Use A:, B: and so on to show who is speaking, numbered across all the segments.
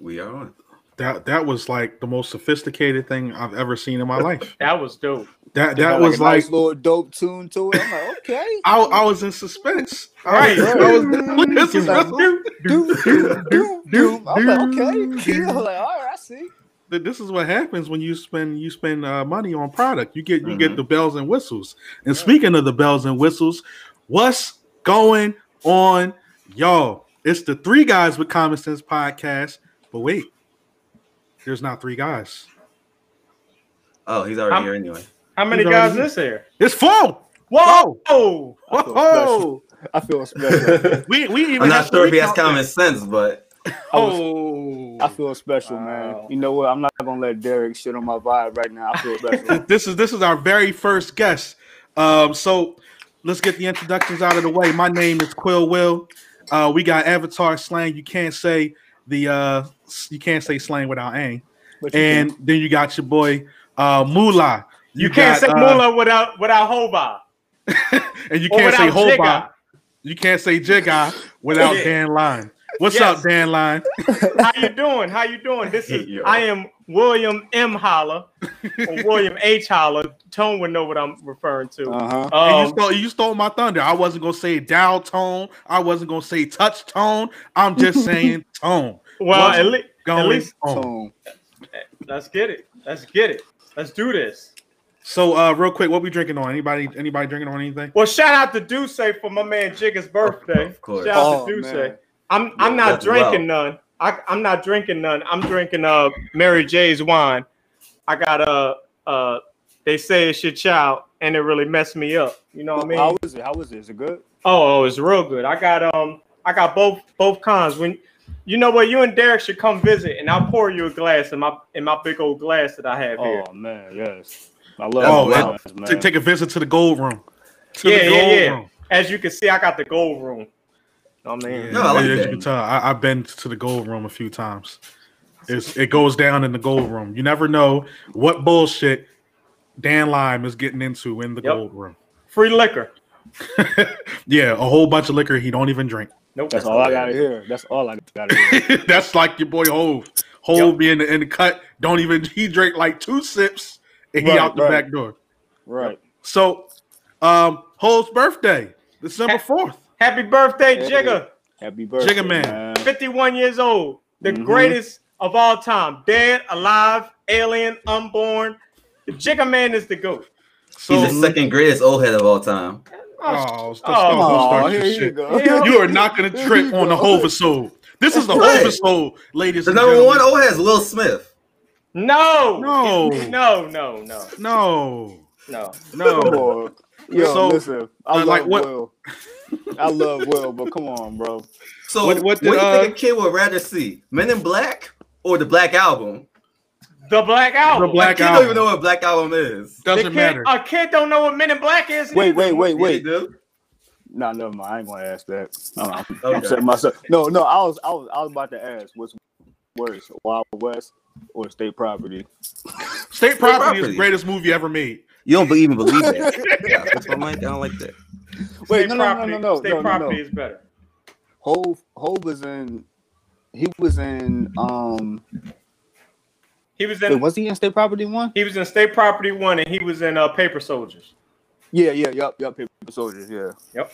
A: y'all.
B: That that was like the most sophisticated thing I've ever seen in my life.
C: That was dope.
B: That
D: They
B: that
D: had,
B: was
D: a
B: like
D: nice little dope tune to it. I'm like, okay.
B: I, I was in suspense. I was-
C: Right.
B: I was- this is
D: Like,
B: really-
D: doom, doom, doom, doom. I'm like, okay, kill. I'm like, all right, I see.
B: th- this is what happens when you spend you spend uh, money on product. You get you get the bells and whistles. And speaking of the bells and whistles, what's going on, y'all? It's the Three Guys with Common Sense podcast. But wait, there's not three guys.
A: Oh, he's already
C: I'm-
A: here anyway.
C: How many
B: He's
C: guys
B: already-
C: is there?
B: It's four.
C: Whoa!
B: Oh,
D: I feel
B: Whoa!
D: I feel special.
B: We we even
A: I'm not
B: have to
A: sure if he has
B: recount that.
A: common sense, but
C: Oh,
D: I feel special,
C: Wow.
D: man. You know what? I'm not gonna let Derek shit on my vibe right now. I feel special.
B: this is this is our very first guest. Um, so let's get the introductions out of the way. My name is Quill Will. Uh, we got Avatar slang. You can't say the uh, s- you can't say slang without ang.
D: But you
B: And then you got your boy uh, Moolah.
C: you,
B: got,
C: can't say
B: uh,
C: Moolah without without Hova.
B: and you
C: or
B: can't say
C: without Jigga.
B: Hoba. You can't say Jigga without
C: Yeah.
B: Dan Line. What's
C: Yes.
B: up, Dan Line?
C: How you doing? How you doing? This is
A: Yo.
C: I am William M. Holler or William H. Holler. Tone would know what I'm referring to.
D: Uh huh.
B: And
C: Um,
B: you stole you stole my thunder. I wasn't gonna say dial tone. I wasn't gonna say touch tone. I'm just saying tone.
C: well,
B: What's
C: at, le-
B: Going
C: least
B: on.
D: Tone.
C: let's get it. Let's get it. Let's do this.
B: So uh real quick, what we drinking on? Anybody anybody drinking on anything?
C: Well, shout out to Duce for my man Jigga's birthday.
A: Of course.
C: Shout out
D: Oh,
C: to Duce.
D: man.
C: I'm I'm
A: Yeah,
C: not
A: that's low.
C: drinking none. I, I'm not drinking none. I'm drinking uh Mary J's wine. I got uh uh they say it's your child and it really messed me up. You know what I mean?
D: How is it? How is it? Is it good?
C: Oh, oh, it's real good. I got um, I got both both cons. When you know what, you and Derek should come visit, and I'll pour you a glass in my in my big old glass that I have here.
D: Oh man, yes. I
A: Oh,
D: love
A: wow.
D: that.
B: Ta- take a visit to the gold room. To
C: Yeah, yeah, yeah.
D: Oh.
C: As you can see, I got the gold room. I mean,
A: No, I like
B: Yeah, as
A: that.
B: you can tell, I, I've been to the gold room a few times. It's, it goes down in the gold room. You never know what bullshit Dan Lime is getting into in the
C: Yep.
B: gold room.
C: free liquor.
B: yeah, a whole bunch of liquor he don't even drink.
C: Nope.
D: That's all I gotta hear. That's all I gotta hear.
B: That's like your boy Hove. Hove being in the cut, don't even he drank like two sips and he
D: Right,
B: out the
D: right.
B: back door.
D: Right.
B: So um Hove's birthday, December
C: Ha-
B: fourth.
C: Happy birthday,
D: Hey.
C: Jigga.
D: Happy birthday,
B: Jigga man.
D: man.
C: 51 years old, the
B: Mm-hmm.
D: Mhm.
C: greatest of all time. Dead, alive, alien, unborn. The Jigga Man is the GOAT.
B: So
A: he's the second greatest old head of all time.
B: Oh, stop,
C: Oh,
B: stop, don't
D: Oh,
B: start
D: here
B: your
D: you
B: shit.
D: go.
C: Yeah.
B: You are not going to trip on the Hovisode. This is the
A: Right.
B: Hovisode, ladies
A: The
B: and
A: number one
B: gentlemen.
A: old head is Will Smith.
C: No,
B: No.
C: no, no, no,
B: No,
C: no.
D: Come
B: no.
D: on. Yo,
B: So,
D: listen. I
B: uh,
D: love
B: like what-
D: Will. I love Will, but come on, bro.
A: So
B: What-
A: what,
B: what
A: do
B: did,
A: you
B: uh,
A: think a kid would rather see? Men in Black or the Black Album?
C: The Black Album.
B: The Black
A: Black kid
B: Album.
A: don't even know what Black Album is.
C: The
B: Doesn't
C: kid-
B: matter.
C: A kid don't know what Men in Black is.
D: Wait,
C: either.
D: wait, wait, wait.
A: Yeah, they do.
D: No, never mind. I ain't gonna ask that. No, no, I'm, I'm
A: Okay.
D: setting myself. No, no. I was, I was, I was about to ask what's worse, Wild West or State Property.
B: State Property is the
A: Property.
B: greatest movie ever made.
A: You don't even believe that. yeah, that's what I'm like. I don't like that.
D: Wait,
C: State
D: no, no, no,
C: property,
D: no, no,
C: State
D: no, no,
C: property
D: no.
C: is better.
D: Hove, Hove was in. He was in. Um,
C: He was
D: wait,
C: in.
D: was he in State Property one?
C: He was in State Property One, and he was in uh, Paper Soldiers.
D: Yeah, yeah, yep, yep. Paper Soldiers. Yeah.
C: Yep.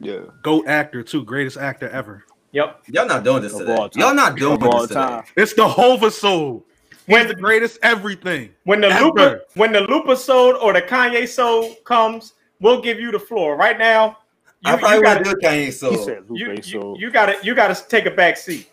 D: Yeah.
B: Goat actor, too. Greatest actor ever.
C: Yep.
A: Y'all not doing this
D: Of
A: today.
D: all time.
A: Y'all not doing
D: Of all
A: this
D: time.
A: today.
B: It's the Hovisode. He's
C: When-
B: the greatest everything.
C: When the
B: Ever.
C: Lupa, when the Lupa sold or the Kanye sold comes, we'll give you the floor. Right now, you,
A: I probably
C: you
A: want
C: gotta,
A: to do Kanye so.
D: He said Lupe.
C: you, you,
D: so
C: you gotta you gotta take a back seat.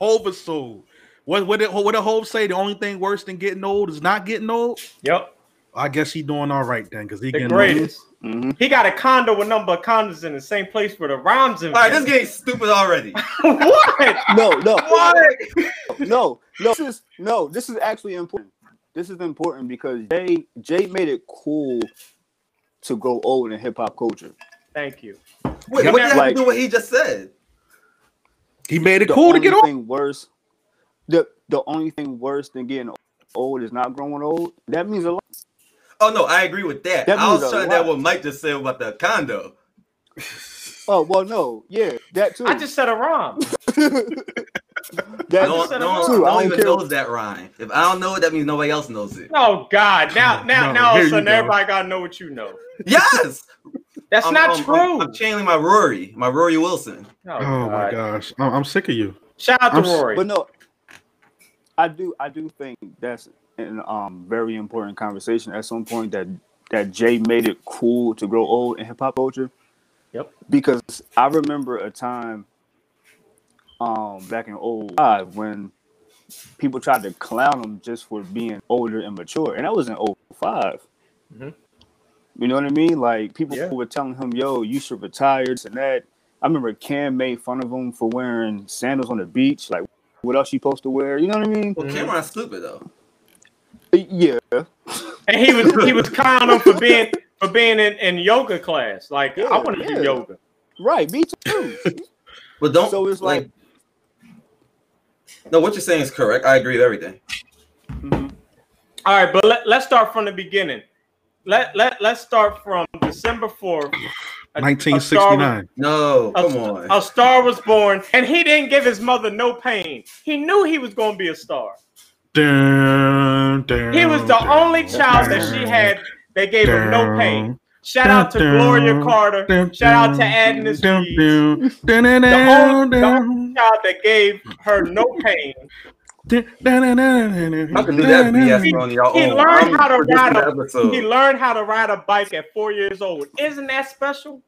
B: Hovisode. What, what, did, what did Hove say? The only thing worse than getting old is not getting old?
C: Yep. I
B: I guess he doing all right then because he
C: The
B: getting
C: greatest.
D: Mhm.
C: He got a condo with number of condos in the same place where the rhymes in.
A: All right, this game's stupid already.
C: what?
D: No, no,
C: What?
D: no, no. This is no. This is actually important. This is important because Jay Jay made it cool to go old in hip hop culture.
C: Thank you.
A: Wait,
C: Yep.
A: what did that have
D: Like-
A: to do with what he just said?
B: old. He made it
D: The
B: cool to
D: only
B: get old.
D: thing worse. The the only thing worse than getting old is not growing old. That means a lot.
A: Oh no, I agree with that.
D: That
A: I
D: means
A: was
D: a
A: trying that
D: lot.
A: what Mike just said about the condo.
D: Oh well, no, yeah, that too.
C: I just said a rhyme.
D: That
A: No, no,
C: said it
A: no,
C: wrong.
D: True, I don't
A: one even
D: care.
A: knows that rhyme. If I don't know it, that means nobody else knows it.
C: Oh God! Now, now,
B: No,
C: now, all of
B: here
C: a
B: you
C: sudden,
B: go.
C: everybody gotta know what you know.
A: Yes,
C: That's
A: I'm-
C: not
A: I'm-
C: true.
A: I'm, I'm channeling my Rory, my Rory Wilson.
C: oh
B: Oh my
C: God.
B: gosh, I'm, I'm sick of you.
C: Shout out
B: I'm
C: to
B: s-
C: Rory.
D: But no, I do I do think that's an um very important conversation at some point that that Jay made it cool to grow old in hip hop culture.
C: Yep.
D: Because I remember a time um back in old when people tried to clown him just for being older and mature. And that was in 5
C: Mhm.
D: You know what I mean? Like people
C: Yeah.
D: were telling him, yo, you should retire this and that. I remember Cam made fun of him for wearing sandals on the beach. Like, what else you supposed to wear? You know what I mean?
A: Well,
C: Mhm.
A: Cameron's stupid though.
D: Yeah.
C: and he was he was clowning him for being for being in, in yoga class. Like
D: Yeah,
C: I want to
D: yeah.
C: do yoga.
D: Right. Me too.
A: But don't.
D: So it's like-
A: No, what you're saying is correct. I agree with everything.
D: Mhm.
C: All right, but let, let's start from the beginning. Let let let's start from December fourth,
B: 1969.
A: No,
C: A,
A: come on.
C: a star was born, and he didn't give his mother no pain. He knew he was going to be a star.
B: Dun, dun,
C: He was the
B: dun,
C: only child that she
B: dun,
C: had. They gave him no
B: dun,
C: pain. Shout out to Gloria Carter.
B: dun,
C: Shout out to
B: dun,
C: Agnes
B: dun,
C: Reeves.
B: dun, dun, dun,
C: only- the
B: dun,
C: Child that gave her no pain.
B: dun, dun, dun, dun, dun,
A: I can do that
B: dun, dun,
A: BS
B: dun.
A: on y'all
C: he
A: own.
C: learned how to
A: producing
C: ride
A: the
C: a-
A: episode.
C: He learned how to ride a bike at four years old. Isn't that special?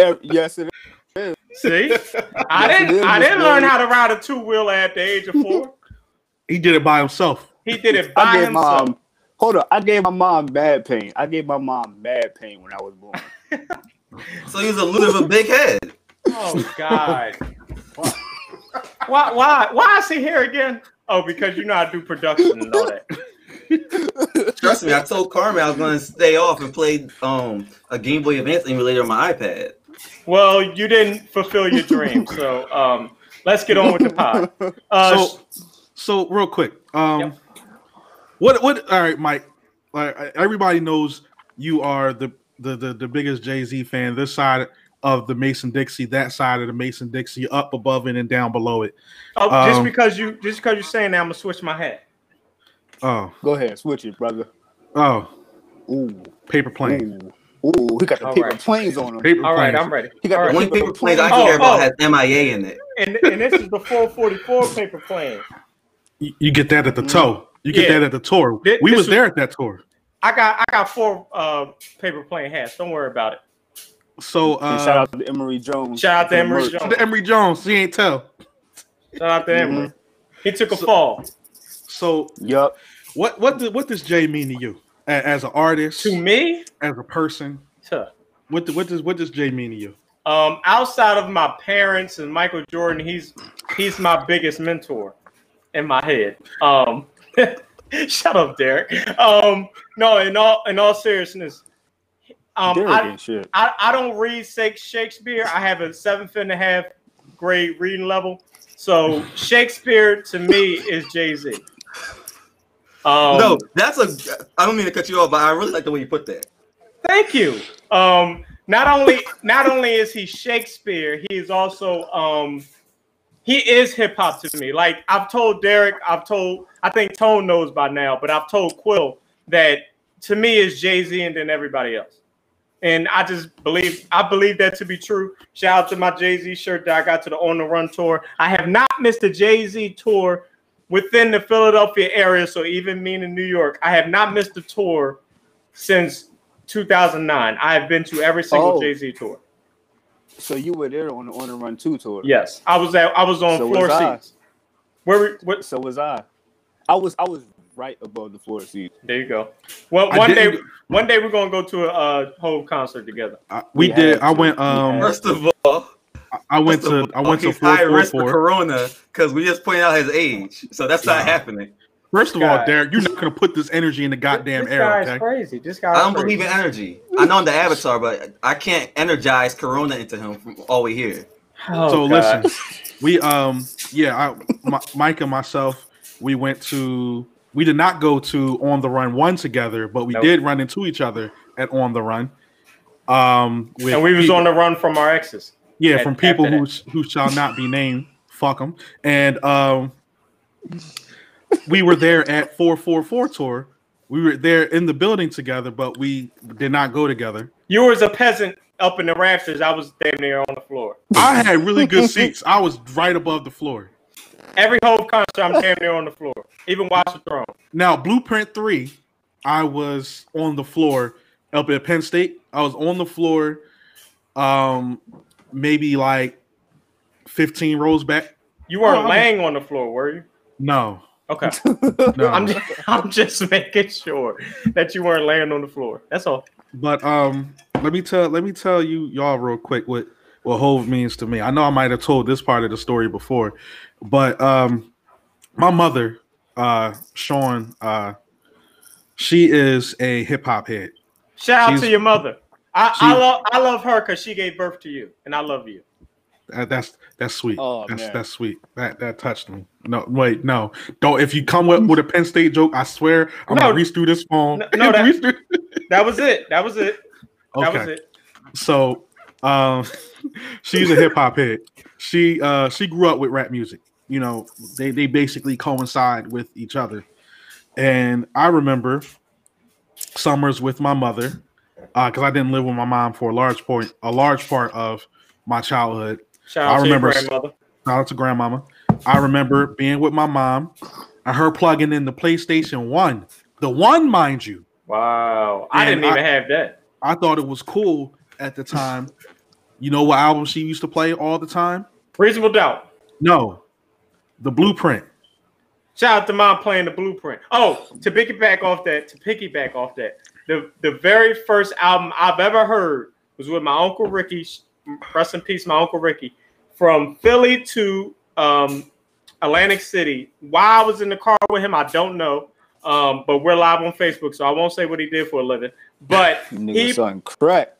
D: Eh, Yes, it is.
C: See, I
D: Yes, it
C: didn't.
D: is,
C: I
D: Miss
C: didn't learn
D: Mary.
C: how to ride a two wheeler at the age of four.
B: He did it by himself.
C: He did it
D: I
C: by
D: gave my
C: himself.
D: mom. Hold up. I gave my mom bad pain. I gave my mom bad pain when I was born.
A: so he was a loser with a big head.
C: Oh God! why? Why? Why is he here again? Oh, because you know I do production and all that.
A: Trust me, I told Carmen I was going to stay off and play um a Game Boy Advance emulator on my iPad.
C: Well, you didn't fulfill your dream, so um, let's get on with the pod. Uh,
B: so, so real quick, um,
C: Yep.
B: what what? All right, Mike. Like I- everybody knows, you are the the the, the biggest Jay Z fan. This side of the Mason Dixie, that side of the Mason Dixie, up above it and down below it.
C: oh, just
B: um,
C: because you just because you're saying that, I'm gonna switch my hat.
B: Oh,
D: Go ahead, switch it, brother.
B: oh,
D: Ooh,
B: paper plane,
D: ooh, ooh. He got the
C: All
D: paper
C: right.
D: planes on him.
B: paper
C: All right,
B: planes.
C: I'm ready.
D: He got
C: All
D: the
A: The
C: right.
A: only
D: Paper
A: paper planes I
C: plane.
A: care about
C: Oh,
A: has MIA in it.
C: And, and this is the 444 paper plane.
B: You, you get that at the toe. You get
C: Yeah.
B: that at the tour.
C: Thi-
B: we
C: this
B: was
C: was-
B: there at that tour.
C: I got I got four uh, paper plane hats. Don't worry about it.
B: So
D: And
B: uh,
D: shout out to Emery Jones.
C: Shout out to
D: for the
C: Emory
D: merch.
C: Jones.
B: to Emery Jones. He ain't tell.
C: Shout out to Emory. He took a
B: So-
C: fall.
B: So
D: Yup.
B: what what did, what does Jay mean to you A- as an artist,
C: To me,
B: as a person?
C: Huh.
B: What do- what does what does Jay mean to you?
C: um, outside of my parents and Michael Jordan, he's he's my biggest mentor in my head. Um, shut up, Derek. Um, no, in all in all seriousness, um,
D: Derrick
C: I,
D: ain't shit.
C: I, I don't read Shak- Shakespeare. I have a seventh and a half grade reading level. So Shakespeare to me is Jay Z. Um,
A: no, that's a. I don't mean to cut you off, but I really like the way you put that.
C: thank you. Um, not only not only is he Shakespeare, he is also um, he is hip hop to me. Like I've told Derek, I've told I think Tone knows by now, but I've told Quill that to me is Jay Z and then everybody else. And I just believe I believe that to be true. Shout out to my Jay Z shirt that I got to the On the Run tour. I have not missed a Jay Z tour within the Philadelphia area, so even me in New York, I have not missed a tour since 2009. I have been to every single
D: Oh.
C: Jay Z tour.
D: So you were there on the On the Run 2 tour.
C: Yes, I was at I was on
D: So
C: floor
D: was I.
C: seats. Where, we- what?
D: So was I. I was I was right above the floor seat.
C: There you go. Well,
B: I
C: one day,
B: didn't-
C: one day we're gonna go to a uh, whole concert together.
B: I, we
D: We
B: did.
D: had
B: I
D: to.
B: went.
D: We
B: Um,
D: had
A: First of all,
B: I went
A: first
B: to.
A: of
B: I
A: all,
B: went to
A: he's
B: four
A: high
B: four
A: risk for
B: four.
A: corona because we just pointed out his age, so that's not
B: Nah.
A: happening.
B: First of
C: This
B: all,
C: guy-
B: Derek, you're not gonna put this energy in the goddamn
C: this guy
B: air.
C: is
B: Okay?
C: crazy. This guy.
A: I
C: is
A: don't
C: crazy.
A: believe in energy. I know I'm the avatar, but I can't energize corona into him from all we hear.
C: Oh,
B: so
C: God.
B: listen, we um yeah, I, my, Mike and myself, we went to. We did not go to On the Run one together, but we
C: Nope.
B: did run into each other at On the Run. Um, with
C: and we was
B: Pete-
C: on the run from our exes.
B: Yeah,
C: At-
B: from people
C: after
B: who who shall not be named. Fuck them. And um, we were there at four four four tour. We were there in the building together, but we did not go together.
C: You was a peasant up in the rafters. I was damn near on the floor.
B: I had really good seats. I was right above the floor.
C: Every whole concert, I'm damn near on the floor. Even Watch the Throne.
B: Now, Blueprint Three, I was on the floor up at Penn State. I was on the floor, um, maybe like fifteen rows back.
C: You weren't
B: Oh, I'm-
C: laying on the floor, were you?
B: No,
C: Okay.
B: no.
C: I'm just, I'm just making sure that you weren't laying on the floor. That's all.
B: But um, let me tell let me tell you y'all real quick what what Hove means to me. I know I might have told this part of the story before, but um, my mother, uh, Sean, uh, she is a hip hop head.
C: Shout out
B: She's-
C: to your mother. I,
B: she-
C: I love I love her because she gave birth to you, and I love you.
B: That, that's that's sweet.
D: Oh,
B: that's
D: man.
B: that's sweet. That that touched me. No, wait, no, don't. If you come with, with a Penn State joke, I swear I'm
C: No.
B: gonna reach through this phone.
C: No, no, that-
B: Reach through-
C: That was it. That was it. That
B: okay.
C: was it.
B: So, um, she's a hip hop head. She uh she grew up with rap music. You know, they they basically coincide with each other. And I remember summers with my mother, because I didn't live with my mom for a large point, a large part of my childhood.
C: Shout
B: I
C: out to your
B: remember-
C: grandmother.
B: Shout out to grandmama. I remember being with my mom and her plugging in the PlayStation One, the one, mind you.
C: Wow. I
B: And
C: didn't
B: I-
C: even have that.
B: I thought it was cool at the time. You know what album she used to play all the time?
C: Reasonable doubt.
B: No, the blueprint.
C: Shout out to mom playing the blueprint. Oh, to piggyback off that, to piggyback off that, the the very first album I've ever heard was with my uncle Ricky. Rest in peace, my uncle Ricky, from Philly to um, Atlantic City. Why I was in the car with him, I don't know. Um, but we're live on Facebook, so I won't say what he did for a living. But
D: Nigga,
C: He-
D: son, crack.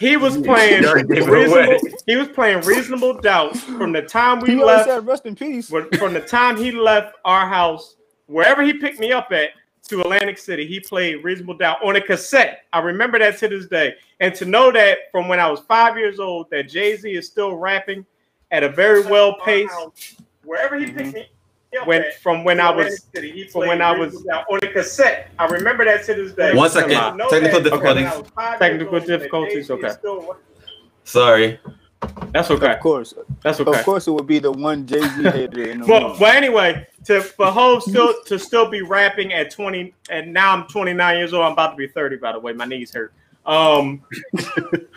C: he was playing
A: You already gave it away.
C: reasonable, he was playing reasonable doubt from the time we
D: He always
C: left
D: said, "Rest in peace."
C: when- from the time he left our house, wherever he picked me up at, to Atlantic City, he played Reasonable Doubt on a cassette. I remember that to this day. And to know that from when I was five years old, that Jay Z is still rapping at a very well pace. Wherever he
E: Mm-hmm.
C: picked me up when, from when I was from when I was on a cassette. I remember that to this day.
A: One second.
C: To know
A: Technical
C: that from when I
A: difficulties.
C: was five years
E: Technical
C: old, that Jay-Z
E: difficulties,
C: is
E: okay.
C: still-
A: Sorry.
C: That's okay.
D: Of course,
C: That's okay.
D: of course, it would be the one Jay Z hater in the
C: But
D: room.
C: but anyway, to for Hov still to still be rapping at twenty, and now I'm 29 years old. I'm about to be 30, by the way. My knees hurt. Um,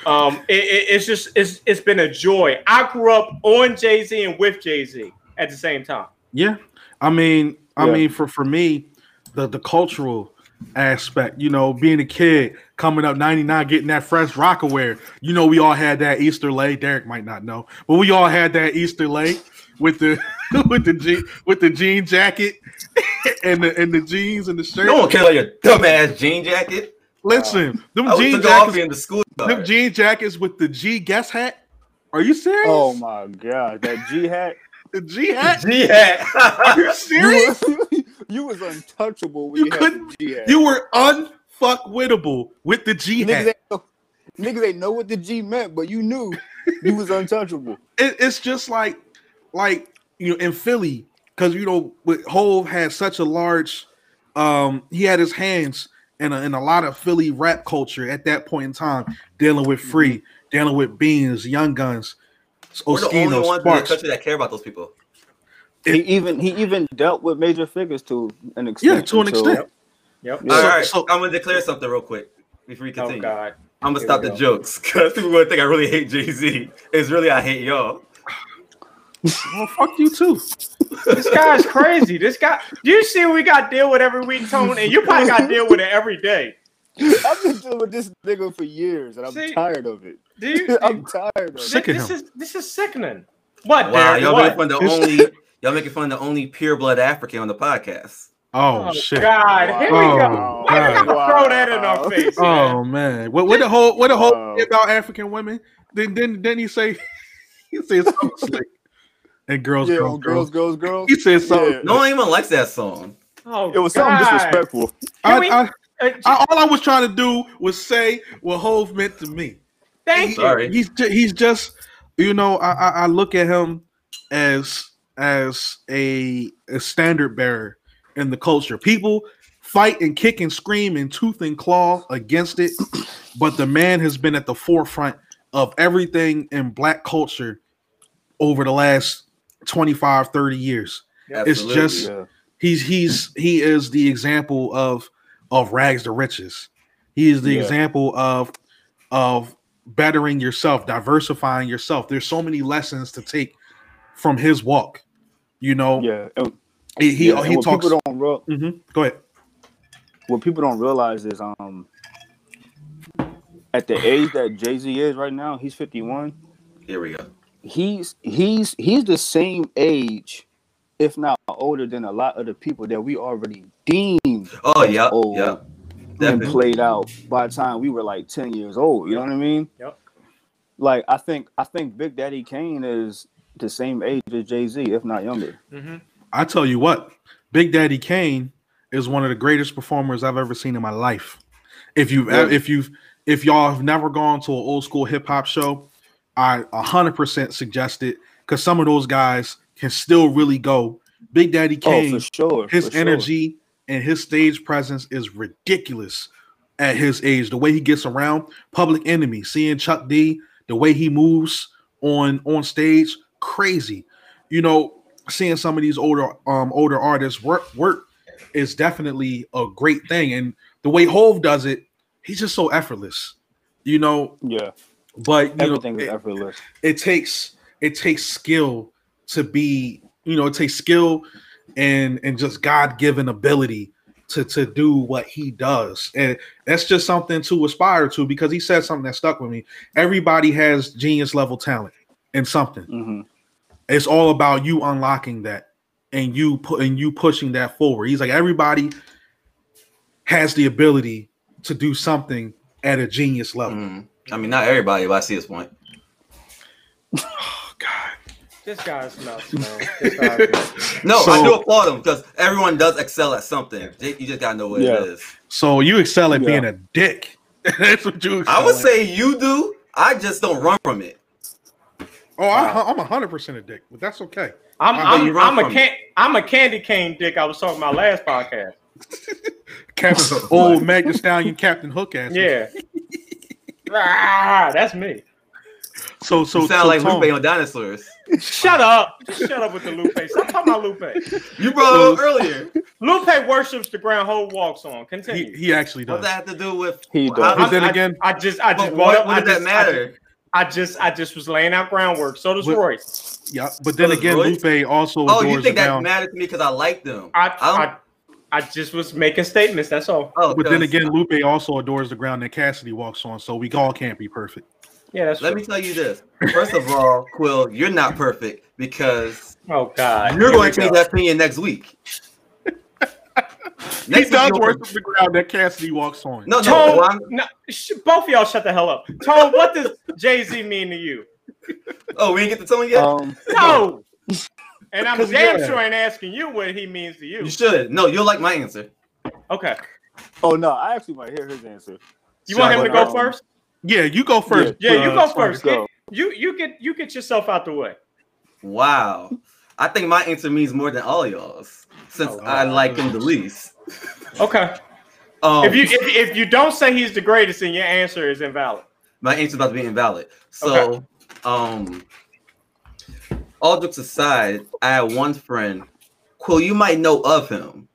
C: um, it, it- it's just it's it's been a joy. I grew up on Jay Z and with Jay Z at the same time.
B: Yeah, I mean, I
D: Yeah.
B: mean, for for me, the the cultural aspect, you know, being a kid coming up '99, getting that fresh rock aware. You know, we all had that Easter lay. Derek might not know, but we all had that Easter lay with the with the je- with the jean jacket and the and the jeans and the shirt.
A: No uh, one cares about your dumbass jean jacket.
B: Listen, them
A: I was
B: jean
A: to go off
B: jackets,
A: in the school.
B: them jean jackets with the G guest hat. Are you serious?
D: Oh my god, that G hat.
B: The G hat?
A: G hat.
B: Are you serious?
D: You was, you was untouchable. When
B: You
D: you, had
B: couldn't-
D: the G hat.
B: You were unfuckwittable with the G
D: niggas,
B: hat.
D: ain't know, niggas ain't know what the G meant, but you knew you was untouchable.
B: It, it's just like, like you know, in Philly, because you know, with Hove had such a large, um, he had his hands in a, in a lot of Philly rap culture at that point in time, dealing with
A: Mm-hmm.
B: Free, dealing with Beans, Young Guns,
A: We're the only
B: Oskino,
A: ones in the
B: Sparks.
A: country that care about those people.
D: He even he even dealt with major figures to an extent.
B: Yeah, to an
D: so-
B: extent.
C: Yep.
D: Yeah.
A: All right,
B: so-
A: I'm gonna declare something real quick before we
C: Oh
A: continue.
C: God.
A: I'm gonna
C: Here
A: stop
C: we
A: the
C: go.
A: jokes because people gonna think I really hate Jay Z. It's really I hate y'all.
B: Well, fuck you too.
C: This guy's crazy. This guy. Do you see what we got to deal with every week, Tone? And you probably got to deal with it every day.
D: I've been dealing with this nigga for years, and I'm
C: See?
D: tired of it.
C: Do you? do-
D: I'm tired of it.
B: Sick of
C: this
B: him.
C: is this is sickening. What?
A: Wow,
C: Derek,
A: y'all
C: what?
A: making fun of the only y'all making fun of the only pure blood African on the podcast.
B: Oh, shit.
C: God, here we go.
B: Oh,
C: Why
B: God.
C: you gotta throw that in our face? man?
B: Oh man, what what the whole what the whole
D: Wow.
B: thing about African women? Then then then he say he said something slick. And girls,
D: Yeah,
B: girls,
D: on
B: girls,
D: girls, girls, girls.
B: He said something.
D: Yeah.
A: No one even likes that song.
C: Oh,
D: It was something
C: God.
D: disrespectful.
B: I,
C: Can we-
B: I,
C: Uh,
B: I, all I was trying to do was say what Hove meant to me.
C: thank you.
A: Sorry.
B: He's ju- he's just you know, I, I, I look at him as as a, a standard bearer in the culture. People fight and kick and scream and tooth and claw against it, but the man has been at the forefront of everything in black culture over the last 25 30 years.
A: Absolutely.
B: It's just he's he's he is the example of of rags to riches. He is the
D: Yeah.
B: example of of bettering yourself, diversifying yourself. There's so many lessons to take from his walk. You know,
D: yeah. And,
B: he he,
D: yeah, and
B: he
D: what
B: talks.
D: People don't real,
B: Mhm. Go ahead.
D: what people don't realize is um at the age that Jay Z is right now, he's fifty one.
A: Here we go.
D: he's he's he's the same age, if not older than a lot of the people that we already deemed
A: Oh yeah,
D: Oh,
A: yeah.
D: and
A: Definitely.
D: played out by the time we were like ten years old. You know what I mean?
E: Yep.
D: Like I think I think Big Daddy Kane is the same age as Jay Z, if not younger.
E: Mhm.
B: I tell you what, Big Daddy Kane is one of the greatest performers I've ever seen in my life. If you've
D: Yeah.
B: if you've if y'all have never gone to an old school hip hop show, I a hundred percent suggest it because some of those guys can still really go. Big Daddy Kane,
D: oh, for sure.
B: his
D: for sure.
B: energy and his stage presence is ridiculous at his age. The way he gets around, Public Enemy, seeing Chuck D, the way he moves on on stage, crazy. You know, seeing some of these older um older artists work work is definitely a great thing. And the way Hove does it, he's just so effortless. You know,
D: Yeah,
B: but you
D: everything
B: know,
D: is
B: it-
D: effortless.
B: it takes it takes skill to be you know it takes skill and and just god-given ability to to do what he does and that's just something to aspire to because he said something that stuck with me everybody has genius level talent and something
E: Mm-hmm.
D: hmm
B: it's all about you unlocking that and you put and you pushing that forward he's like everybody has the ability to do something at a genius level
A: Mhm. I mean, not everybody, but I see his point.
B: oh god
E: This guy's nuts, man. This guy's nuts.
A: No,
B: So-
A: I do applaud him because everyone does excel at something. J- You just gotta know what
D: Yeah.
A: it is.
B: So you excel at
D: Yeah.
B: being a dick. That's what you. Excel
A: I would
B: at.
A: say you do. I just don't run from it.
B: Oh,
A: Uh,
B: I, I'm hundred percent a dick, but that's okay.
E: I'm
B: How
A: do you
E: I'm,
A: run
E: I'm a
A: from
E: can, I'm a candy cane dick. I was talking about last podcast.
B: Captain, old Meg Thee Stallion, Captain Hook ass.
E: Yeah. ah, that's me.
B: So so
A: you sound
B: so
A: like
B: Tone,
A: Lupe on dinosaurs.
E: Shut up. Just shut up with the Lupe. Stop talking about Lupe.
A: You brought it up earlier.
E: Lupe worships the ground whole walks on. Continue.
B: he, he actually
A: What does
B: does.
A: that have to do with?
D: He
A: How-
D: does.
B: But
A: how-
B: then
E: I-
B: again,
E: I just I just
A: but
E: brought
A: what,
E: up-
A: what
E: I
A: does that
E: just-
A: matter?
E: I just I just was laying out groundwork. So does
B: What-
E: Royce.
B: yeah. But then
A: Brother
B: again,
A: Royce?
B: Lupe also
A: Oh, you
B: adores
A: think
B: the
A: that
B: ground.
A: matters to me because I like them?
E: I
A: don't-
E: I, I just was making statements. That's all.
A: oh,
B: But then
A: 'cause-
B: again, Lupe also adores the ground that Cassidy walks on. So we all can't be perfect.
E: Yeah, that's
A: let
E: true.
A: me tell you this. First of all, Quill, you're not perfect because
E: Oh God.
A: you're
E: Here we
A: going to change
E: go.
A: that opinion next week.
B: He does
A: you'll-
B: worship the ground that Cassidy walks on.
A: No, no.
E: Tone,
A: well, I'm-
E: no, sh- both of y'all shut the hell up. Tone, what does Jay Z mean to you?
A: oh, we didn't get to Tony
E: Uh,
A: yet.
D: Um,
E: No. And I'm
B: 'Cause
E: damn
B: yeah.
E: sure ain't asking you what he means to you.
A: you should. No, you'll like my answer.
E: Okay.
D: oh no, I actually might hear his answer.
E: You want him to go
D: um,
E: first?
B: Yeah, you go first.
E: Yeah, you
D: uh,
E: go
D: so
E: first.
D: go.
E: Get- you you get you get yourself out the way.
A: Wow. I think my answer means more than all y'all's since
B: Oh,
A: I
B: wow.
A: like him the least.
E: Okay.
B: Oh.
A: Um,
E: If you if, if you don't say he's the greatest, then your answer is invalid.
A: my answer's about to be invalid. So, um, all jokes aside, I had one friend, Quill, you might know of him.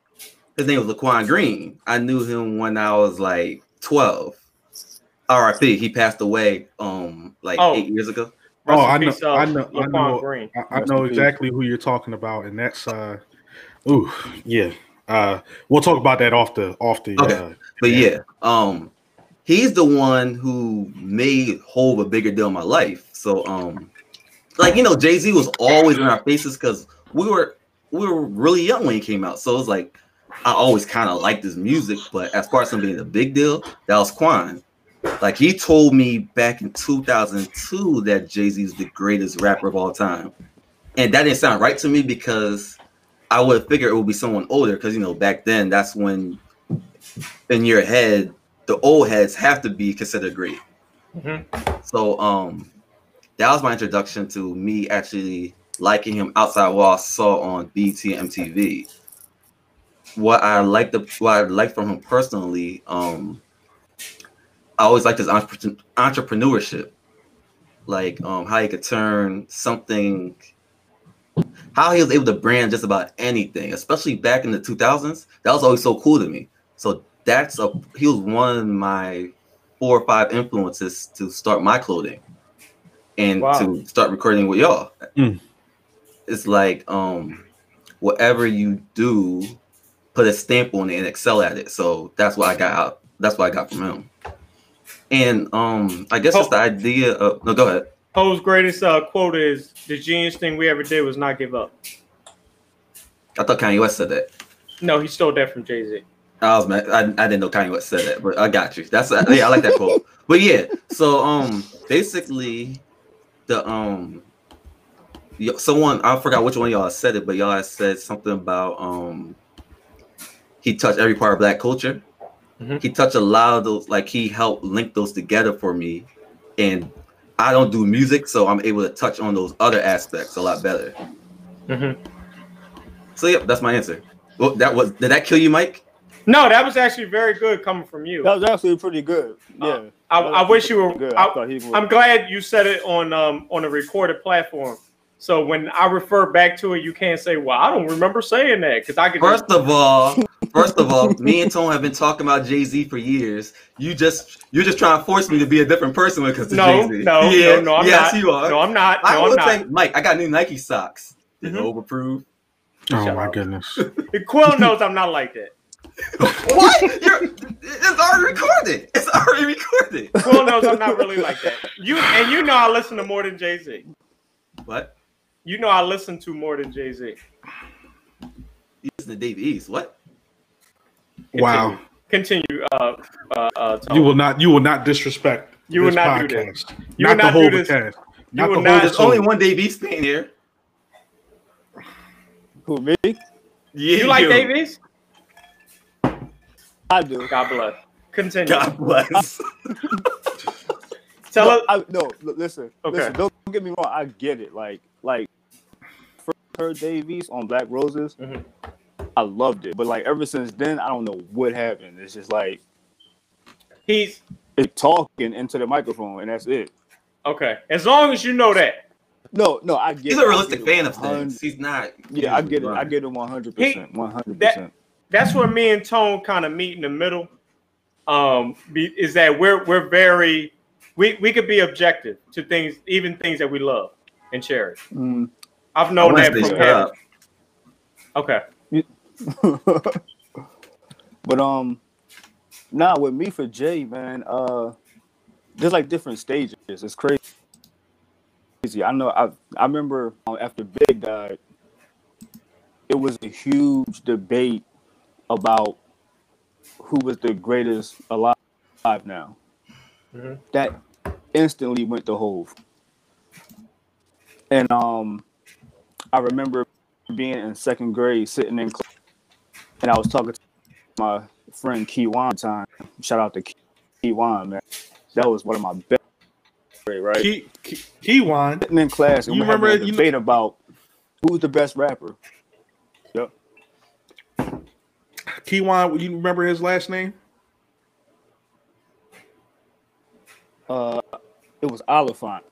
A: His name was Laquan Green. I knew him when I was like 12. RIP, he passed away um like
E: Oh.
A: eight years ago.
B: Oh,
E: Rest in
B: I know-
E: peace, uh,
B: I know- I
E: Laquan
B: know.
E: Green.
B: I, I
D: Rest
B: know
D: in peace.
B: exactly who you're talking about, and that's uh, ooh, yeah. Uh, we'll talk about that off the off the.
A: Okay.
B: Uh,
A: But
B: Yeah.
A: yeah, um, he's the one who made Hove a bigger deal in my life. So um, like you know, Jay Z was always in our faces because we were we were really young when he came out. So it's like I always kind of liked his music, but as far as him being a big deal, that was Quan. Like he told me back in 2002 that Jay Z is the greatest rapper of all time, and that didn't sound right to me because I would have figured it would be someone older because you know back then that's when in your head, the old heads have to be considered great.
E: Mhm.
A: So um that was my introduction to me actually liking him outside what I saw on BT and MTV. What I like the what I like from him personally, um, I always liked his entrepre- entrepreneurship, like um, how he could turn something, how he was able to brand just about anything, especially back in the 2000s. That was always so cool to me. So that's a he was one of my four or five influences to start my clothing and
D: Wow.
A: to start recording with y'all.
B: Mm.
A: It's like um whatever you do, put a stamp on it and excel at it. So that's what I got out. That's what I got from him. And um I guess it's the idea of no go ahead.
E: Poe's greatest uh, quote is the genius thing we ever did was not give up.
A: I thought Kanye West said that.
E: No, he stole that from Jay Z.
A: I was mad. I, I didn't know Kanye West said that, but I got you. That's yeah, I like that quote. But yeah, so um, basically, the um, y- someone I forgot which one of y'all said it, but y'all had said something about um, he touched every part of Black culture.
E: Mhm.
A: He touched a lot of those, like he helped link those together for me, and I don't do music, so I'm able to touch on those other aspects a lot better.
E: Mhm.
A: So yep, that's my answer. Well, that was did that kill you, Mike?
E: No, that was actually very good coming from you.
D: That was actually pretty good. Yeah.
E: Uh, I,
D: That
E: I
D: was
E: wish you
D: pretty
E: were.
D: Good.
E: I,
D: I thought he was.
E: I'm glad you said it on um on a recorded platform. So when I refer back to it, you can't say, "Well, I don't remember saying that," because I could.
A: First of all, first of all, me and Tone have been talking about Jay Z for years. You just you're just trying to force me to be a different person because of
E: no,
A: Jay Z.
E: no, no, no, I'm
A: yes,
E: not.
A: you are.
E: No, I'm not. No,
A: I
E: I'm
A: will
E: not.
A: say, Mike, I got new Nike socks. Did
E: Mhm.
A: mm overprove?
B: Oh
E: Shut
B: my
E: up.
B: goodness.
E: Quill knows I'm not like that.
A: what? You're, it's already recorded. It's already recorded.
E: Quill knows I'm not really like that. You and you know I listen to more than Jay Z.
A: What?
E: You know I listen to more than Jay Z.
A: You listen to Dave East? What?
B: Wow.
E: Continue. Uh, uh, uh, Tone.
B: You will not you will not disrespect
E: You will
B: this
E: not do
B: podcast.
E: You
B: Not
E: will
B: the
E: not
B: whole
E: do this.
B: podcast.
E: You
B: Not
E: will
B: the
E: not-
B: whole
A: There's only one Dave East fan here.
D: Who me?
A: Yeah,
E: You like Dave East?
D: I do.
E: God bless. Continue.
A: God bless.
E: Tell
D: no,
E: us.
D: I, no, l- listen.
E: Okay.
D: Listen, don't don't get me wrong. I get it. Like, like, first heard Davies on Black Roses.
E: Mhm.
D: I loved it, but like ever since then, I don't know what happened. It's just like
E: He's
D: it's talking into the microphone, and that's it.
E: okay. As long as you know that.
D: No, no, I get.
A: He's
D: it.
A: a
D: I
A: realistic
D: get it
A: fan of
D: 100
A: things. He's not.
D: Yeah, I get it. I get it. One hundred percent. One hundred
E: that-
D: percent.
E: that's where me and Tone kind of meet in the middle. Um, be, is that we're we're very we we could be objective to things, even things that we love and cherish.
A: Mm.
E: I've known that
A: Wednesday,
E: from
A: shut
E: him.
A: up.
E: Okay,
D: but um, nah, with me for Jay, man, uh, there's like different stages. It's crazy. I know. I I remember um, after Big died, it was a huge debate about who was the greatest alive now.
E: Mhm.
D: That instantly went to Hove, and um, I remember being in second grade, sitting in class, and I was talking to my friend Kiwan at the time. Shout out to Kiwan, man. That was one of my best, grade, right?
B: Key, key, key one.
D: Sitting in class, and
B: You
D: we were having
B: remember-
D: a
B: you-
D: debate about who's the best rapper. Yep.
B: Kiwan, you remember his last name?
D: Uh, it was Oliphant.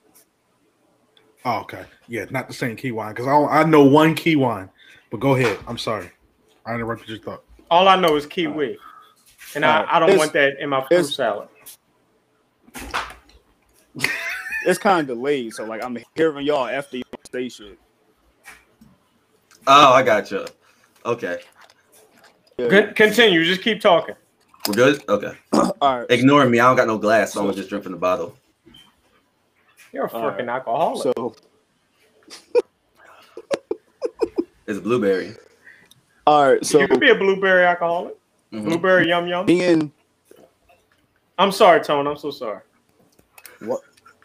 B: Oh, okay. Yeah, not the same Kiwan because I don't- I know one Kiwan. But go ahead. I'm sorry. I interrupted your thought.
E: all I know is kiwi, and I, I don't
D: It's-
E: want that in my fruit
D: it's-
E: salad.
D: It's kind of delayed, so like I'm hearing y'all after you say shit.
A: Oh, I got you. Okay,
D: Yeah.
E: Good, continue. Just keep talking.
A: we're good. Okay.
D: All right.
A: Ignore me. I don't got no glass, so I'm gonna just drink from the bottle.
E: You're a
D: All
E: freaking
D: right.
E: alcoholic.
D: So,
A: It's blueberry.
D: all right. So
E: you could be a blueberry alcoholic.
A: Mhm.
E: Blueberry yum yum.
D: being
E: I'm sorry, Tone. I'm so sorry.
D: what?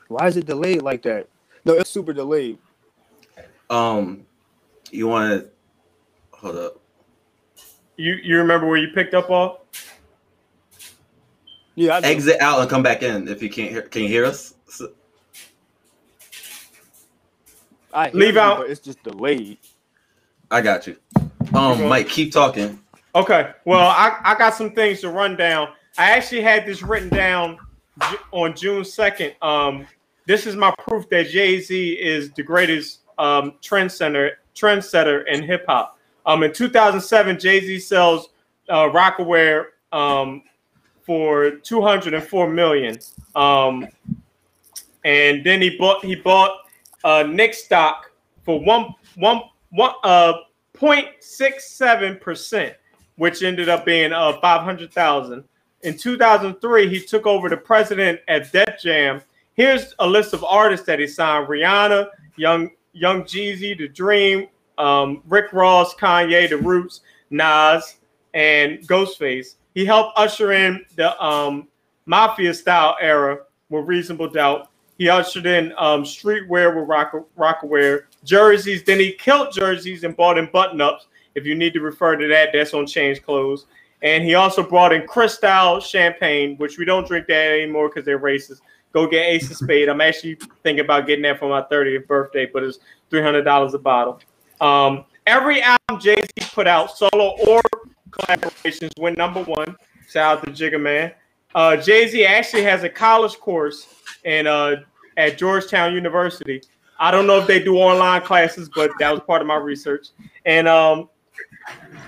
D: Why is it delayed like that? No, it's super delayed.
A: Um, you want to hold up?
E: You you remember where you picked up off?
D: Yeah. I,
A: Exit out and come back in if you can't hear. Can you hear us? S-
D: I hear
E: Leave
D: you,
E: out-
D: but it's just delayed.
A: I got you. Um, Mike, keep talking.
E: Okay. Well, I, I got some things to run down. I actually had this written down Ju- on June 2nd. Um, this is my proof that Jay Z is the greatest um, trendsetter, trendsetter in hip hop. Um, in 2007, Jay Z sells uh, Rockaware um, for 204 million. Um, and then he bought he bought uh, Nick stock for one one one uh 0.67 percent which ended up being uh, 500,000. In 2003, he took over the president at Death Jam. Here's a list of artists that he signed: Rihanna, Young Young Jeezy, The Dream, um, Rick Ross, Kanye, The Roots, Nas, and Ghostface. He helped usher in the um, mafia style era with Reasonable Doubt. He ushered in um, streetwear with rock, rockaware jerseys. Then he killed jerseys and bought in button ups. If you need to refer to that, that's on Change Clothes. And he also brought in Cristal champagne, which we don't drink that anymore because they're racist. Go get Ace of Spade. I'm actually thinking about getting that for my 30th birthday, but it's $300 a bottle. Um, every album Jay Z put out, solo or collaborations, went number one. Shout out to Jigga Man. Uh, Jay Z actually has a college course in, uh, at Georgetown University. I don't know if they do online classes, but that was part of my research. And um,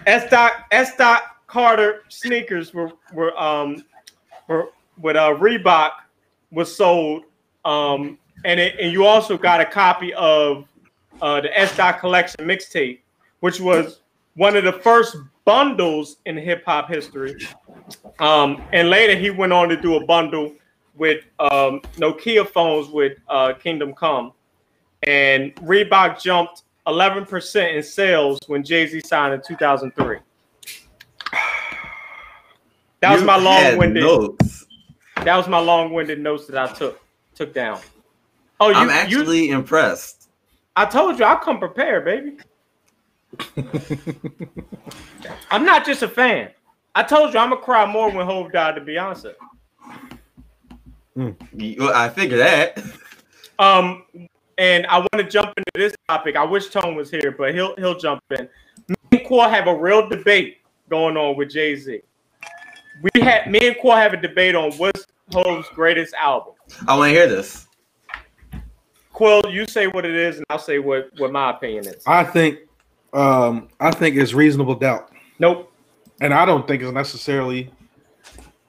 E: S. Doc S. Doc Carter sneakers were were um were with uh, Reebok was sold um and it, and you also got a copy of uh, the S. Doc collection mixtape, which was one of the first bundles in hip hop history. Um, and later he went on to do a bundle with um, Nokia phones with uh, Kingdom Come, and Reebok jumped 11% in sales when Jay Z signed in 2003. That was
A: You
E: my
A: had
E: long-winded.
A: notes.
E: That was my long-winded notes that I took took down. Oh, you,
A: I'm
E: you
A: actually impressed.
E: I told you I come prepared, baby. I'm not just a fan. I told you I'm gonna cry more when Hove died to Beyonce.
A: You- I figured that.
E: Um, and I want to jump into this topic. I wish Tone was here, but he'll he'll jump in. Me and Core have a real debate going on with Jay Z. We had me and Core have a debate on what's Hove's greatest album.
A: I want to hear this.
E: Quill, you say what it is, and I'll say what what my opinion is.
B: I think, um, I think it's reasonable doubt,
E: Nope.
B: and I don't think it's necessarily.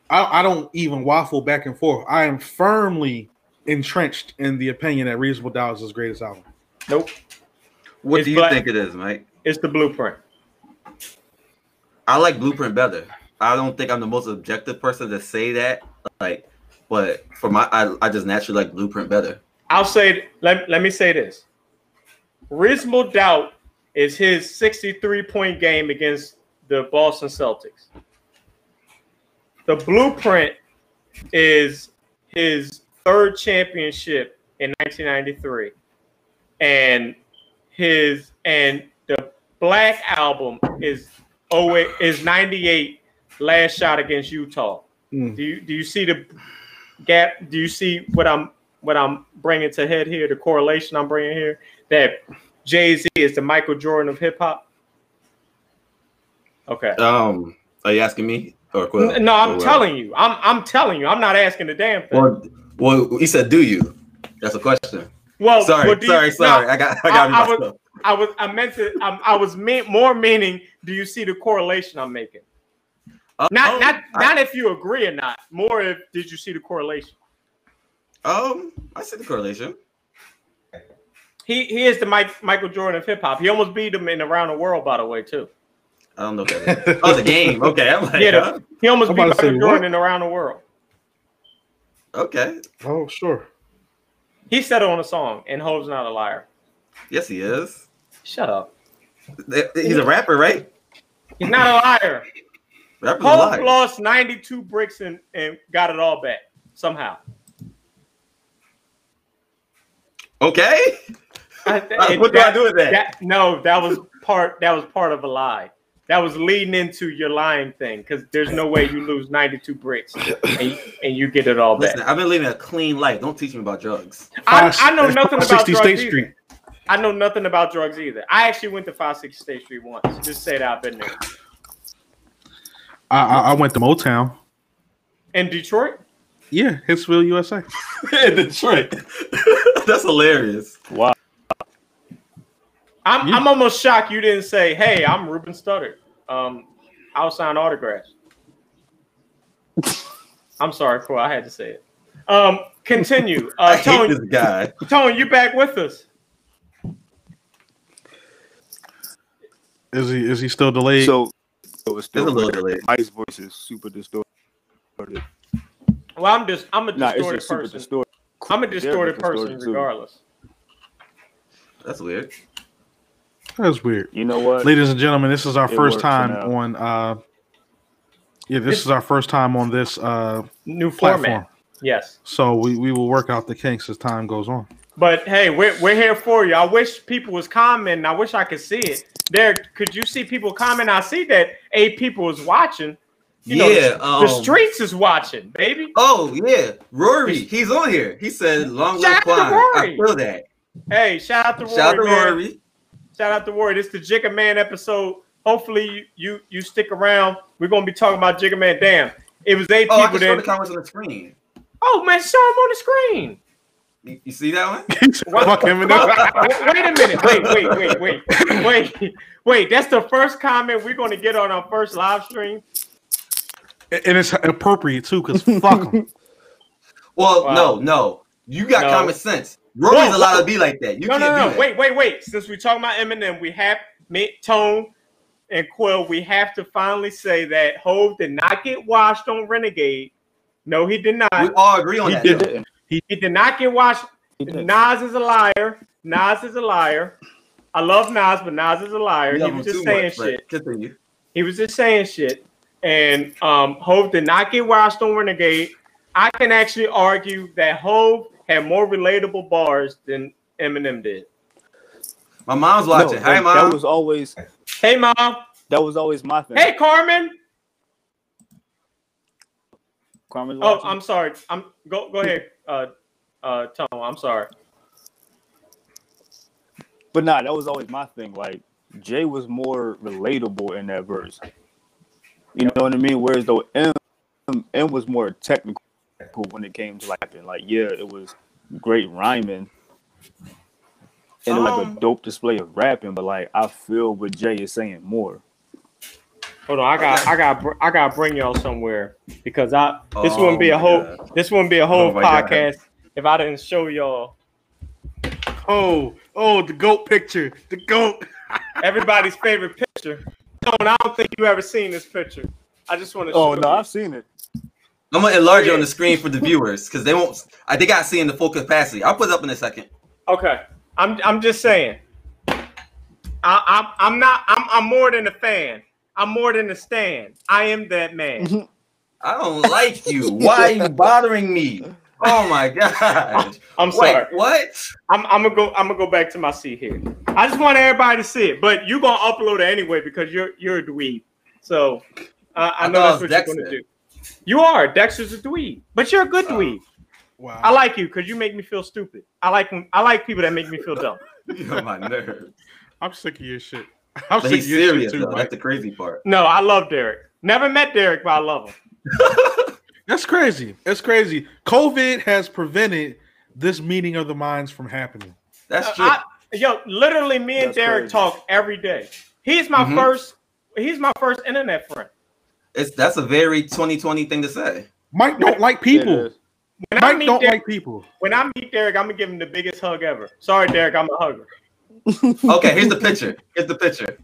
B: I, I don't even waffle back and forth. I am firmly entrenched in the opinion that Reasonable Doubt is his greatest album.
E: Nope.
A: What
E: It's
A: do you
E: black.
A: think it is, Mike?
E: It's the blueprint.
A: I like Blueprint better. I don't think I'm the most objective person to say that. Like, but for my, I, I just naturally like Blueprint better.
E: I'll say let, let me say this. Reasonable doubt is his 63 point game against the Boston Celtics. The blueprint is his third championship in 1993 and his and the black album is oh is 98 last shot against Utah.
B: Mm.
E: Do you do you see the gap? Do you see what I'm what I'm bringing to head here? The correlation I'm bringing here that Jay Z is the Michael Jordan of hip hop. Okay.
A: Um, are you asking me or Quill?
E: N- no,
A: Or
E: I'm
A: what?
E: telling you. I'm I'm telling you. I'm not asking a damn thing.
A: Well, well, he said, "Do you?" That's a question.
E: Oh, well,
A: sorry,
E: what do you-
A: sorry,
E: no,
A: sorry. I got, I got
E: I- I
A: myself.
E: was- I was I meant to I, I was mean, more meaning do you see the correlation I'm making?
A: Oh,
E: Not not
A: I-
E: not if you agree or not. More if did you see the correlation?
A: Um, I see the correlation.
E: He he is the Mike, Michael Jordan of hip hop. He almost beat him in around the world by the way too.
A: I don't know. If that is. oh, the game. Okay, I'm like,
E: Yeah, the-
A: huh?
E: He almost
B: I'm
E: beat
B: about to say,
E: Michael Jordan
B: what?
E: in around the world.
A: okay.
B: Oh, sure.
E: He said it on a song and Hove's not a liar.
A: Yes, he is.
E: Shut up.
A: Th- He's a rapper, right?
E: He's not a liar.
A: Rapper's a
E: Hove
A: liar.
E: lost 92 bricks and, and got it all back somehow.
A: Okay. what do I
E: That-
A: do with that?
E: that no that was part that was part of a lie that was leading into your lying thing because there's no way you lose 92 bricks and, and you get it all back
A: Listen, I've been living a clean life. Don't teach me about drugs.
E: I,
B: Five-
E: I know
B: that's
E: nothing about
B: 560
E: drugs
B: State
E: either.
B: Street.
E: I know nothing about drugs either. I actually went to 560 State Street once. Just say that I've been there.
B: I, I, I went to Motown.
E: In Detroit?
B: Yeah, Hicksville, USA.
A: in Detroit. That's hilarious.
D: Wow.
E: I'm,
B: Yeah.
E: I'm almost shocked you didn't say, hey, I'm Ruben Studdard. Um, I'll sign autographs. I'm sorry, Corey. I had to say it. Um, continue.
A: I
E: Uh,
A: hate
E: Tone,
A: this guy.
E: Tone, you back with us.
B: Is he is he still delayed?
D: So, so it's
A: There's
D: still
A: a little delay.
D: Mike's voice is super distorted.
E: Well, I'm just I'm a
D: Nah, it's
E: distorted
D: just super
E: person.
D: distorted.
E: I'm a
D: They're
E: distorted person
D: too.
E: regardless.
A: That's weird.
B: That's weird.
D: You know what?
B: Ladies and gentlemen, this is our
D: It
B: first
D: works
B: time
D: for now.
B: on uh yeah, this
E: It's-
B: is our first time on this uh
E: New format.
B: platform.
E: Yes.
B: So we, we will work out the kinks as time goes on.
E: But hey, we're, we're here for you. I wish people was commenting. I wish I could see it. There, could you see people comment? I see that eight people is watching. You know,
A: yeah. um,
E: the streets is watching, baby.
A: Oh yeah, Rory. He's on here. He said, "Long live
E: Shout out
A: Quan."
E: to
A: I
E: Rory.
A: feel that.
E: Hey, shout out to Rory.
A: Shout out to
E: man.
A: Rory.
E: Shout out to Rory. This is the Jigga Man episode. Hopefully you, you you stick around. We're gonna be talking about Jigga Man. Damn, it was eight
A: Oh, I
E: people
A: can show
E: then.
A: the comments on the screen.
E: Oh man, show him on the screen.
A: You, you see that one?
E: What?
B: Fuck him and
E: Wait a minute. Wait, wait, wait, wait, wait, wait. That's the first comment we're going to get on our first live stream.
B: and it's appropriate too, because fuck him.
A: Well,
E: Wow.
A: no, no. You got
E: No.
A: common sense. Rory's
E: Whoa,
A: allowed
E: whoa.
A: to be like that. You
E: No,
A: can't
E: no,
A: do
E: no.
A: that.
E: Wait, wait, wait. Since we're talking about Eminem, we have me, Tone, and Quill. We have to finally say that Hove did not get washed on Renegade. No, he did
A: We
E: not.
A: all agree on
B: He
A: that.
D: He
B: did.
A: though.
D: didn't.
E: He did not get washed.
D: He didn't.
E: Nas is a liar. Nas is a liar. I love Nas, but Nas is a liar.
A: We
E: He
A: love
E: was
A: him too
E: just saying
A: much, but
E: shit.
A: Continue.
E: He was just saying shit. And um Hove did not get washed on Renegade. I can actually argue that Hove had more relatable bars than Eminem did.
A: My mom's
D: No,
A: watching. Hi,
D: that-
A: mom.
D: That was always
E: Hey mom.
D: that was always my thing.
E: Hey Carmen.
D: Carmen's
E: Oh,
D: watching.
E: I'm sorry. I'm go go ahead. Uh uh Tom, I'm sorry.
D: But nah, that was always my thing. Like Jay was more relatable in that verse. You know what I mean? Whereas though M M was more technical when it came to rapping. Like, yeah, it was great rhyming. And it was like
A: Um,
D: a dope display of rapping, but like I feel what Jay is saying more.
E: Hold on, I got I got br- I got bring y'all somewhere because I this
A: Oh
E: wouldn't be a
A: my
E: whole
A: God.
E: this wouldn't be a whole
A: Oh my God.
E: podcast if I didn't show y'all
B: Oh, oh, the goat picture. The goat.
E: everybody's favorite picture. Tone, I don't think you ever seen this picture. I just want to
D: Oh no, I've seen it.
A: I'm gonna enlarge it
E: Yeah.
A: on the screen for the viewers because they won't. I think I see in the full capacity. I'll put it up in a second.
E: Okay, I'm I'm just saying. I, I'm I'm not I'm I'm more than a fan. I'm more than a stand. I am that man.
A: I don't like you. Why are you bothering me? Oh my gosh.
E: I'm
A: Wait,
E: sorry.
A: what?
E: I'm I'm gonna go I'm gonna go back to my seat here. I just want everybody to see it, but you're gonna upload it anyway because you're you're a dweeb. So uh, I
A: I thought
E: know that's
A: I was
E: what you're
A: Dexter. Oh.
E: gonna do. You are Dexter's a dweeb, but you're a good dweeb.
B: Wow.
E: I like you because you make me feel stupid. I like when, I like people that make me feel dumb.
A: You're on my nerves.
B: I'm sick of your shit. I'm
A: But
B: sick
A: he's
B: of your shit
A: serious
B: too,
A: though.
B: Mike.
A: That's the crazy part.
E: No, I love Derek. Never met Derek, but I love him.
B: That's crazy. That's crazy. COVID has prevented this meeting of the minds from happening.
A: That's true.
E: I- yo, literally, me and
D: That's
E: Derek
D: crazy.
E: talk every day. He's my
A: Mhm.
E: first. He's my first internet friend.
A: It's that's a very 2020 thing to say.
B: Mike don't like people.
D: It
E: When I
B: Mike
E: meet
B: don't
E: Derek,
B: like people.
E: when I meet Derek, I'm gonna give him the biggest hug ever. Sorry, Derek, I'm a hugger.
A: Okay, here's the picture. Here's the picture.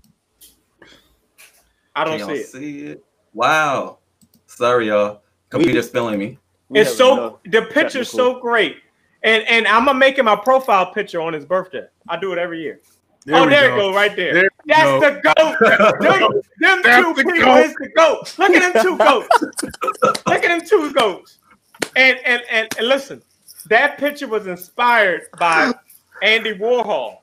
E: I don't
A: Can
E: see
A: y'all
E: it.
A: see it. Wow. Sorry, y'all. Computer's spelling me.
D: We
E: It's
D: have
E: so the
D: technical-
E: picture's so great, and and I'm gonna make it my profile picture on his birthday. I do it every year. oh,
B: we
E: there you go, right there.
B: There we
E: That's
B: go.
E: the goat. Them, them
B: That's
E: two
B: the
E: people
B: goat.
E: is the goat. Look at them two goats. Look at them two goats. And and, and and listen, that picture was inspired by Andy Warhol,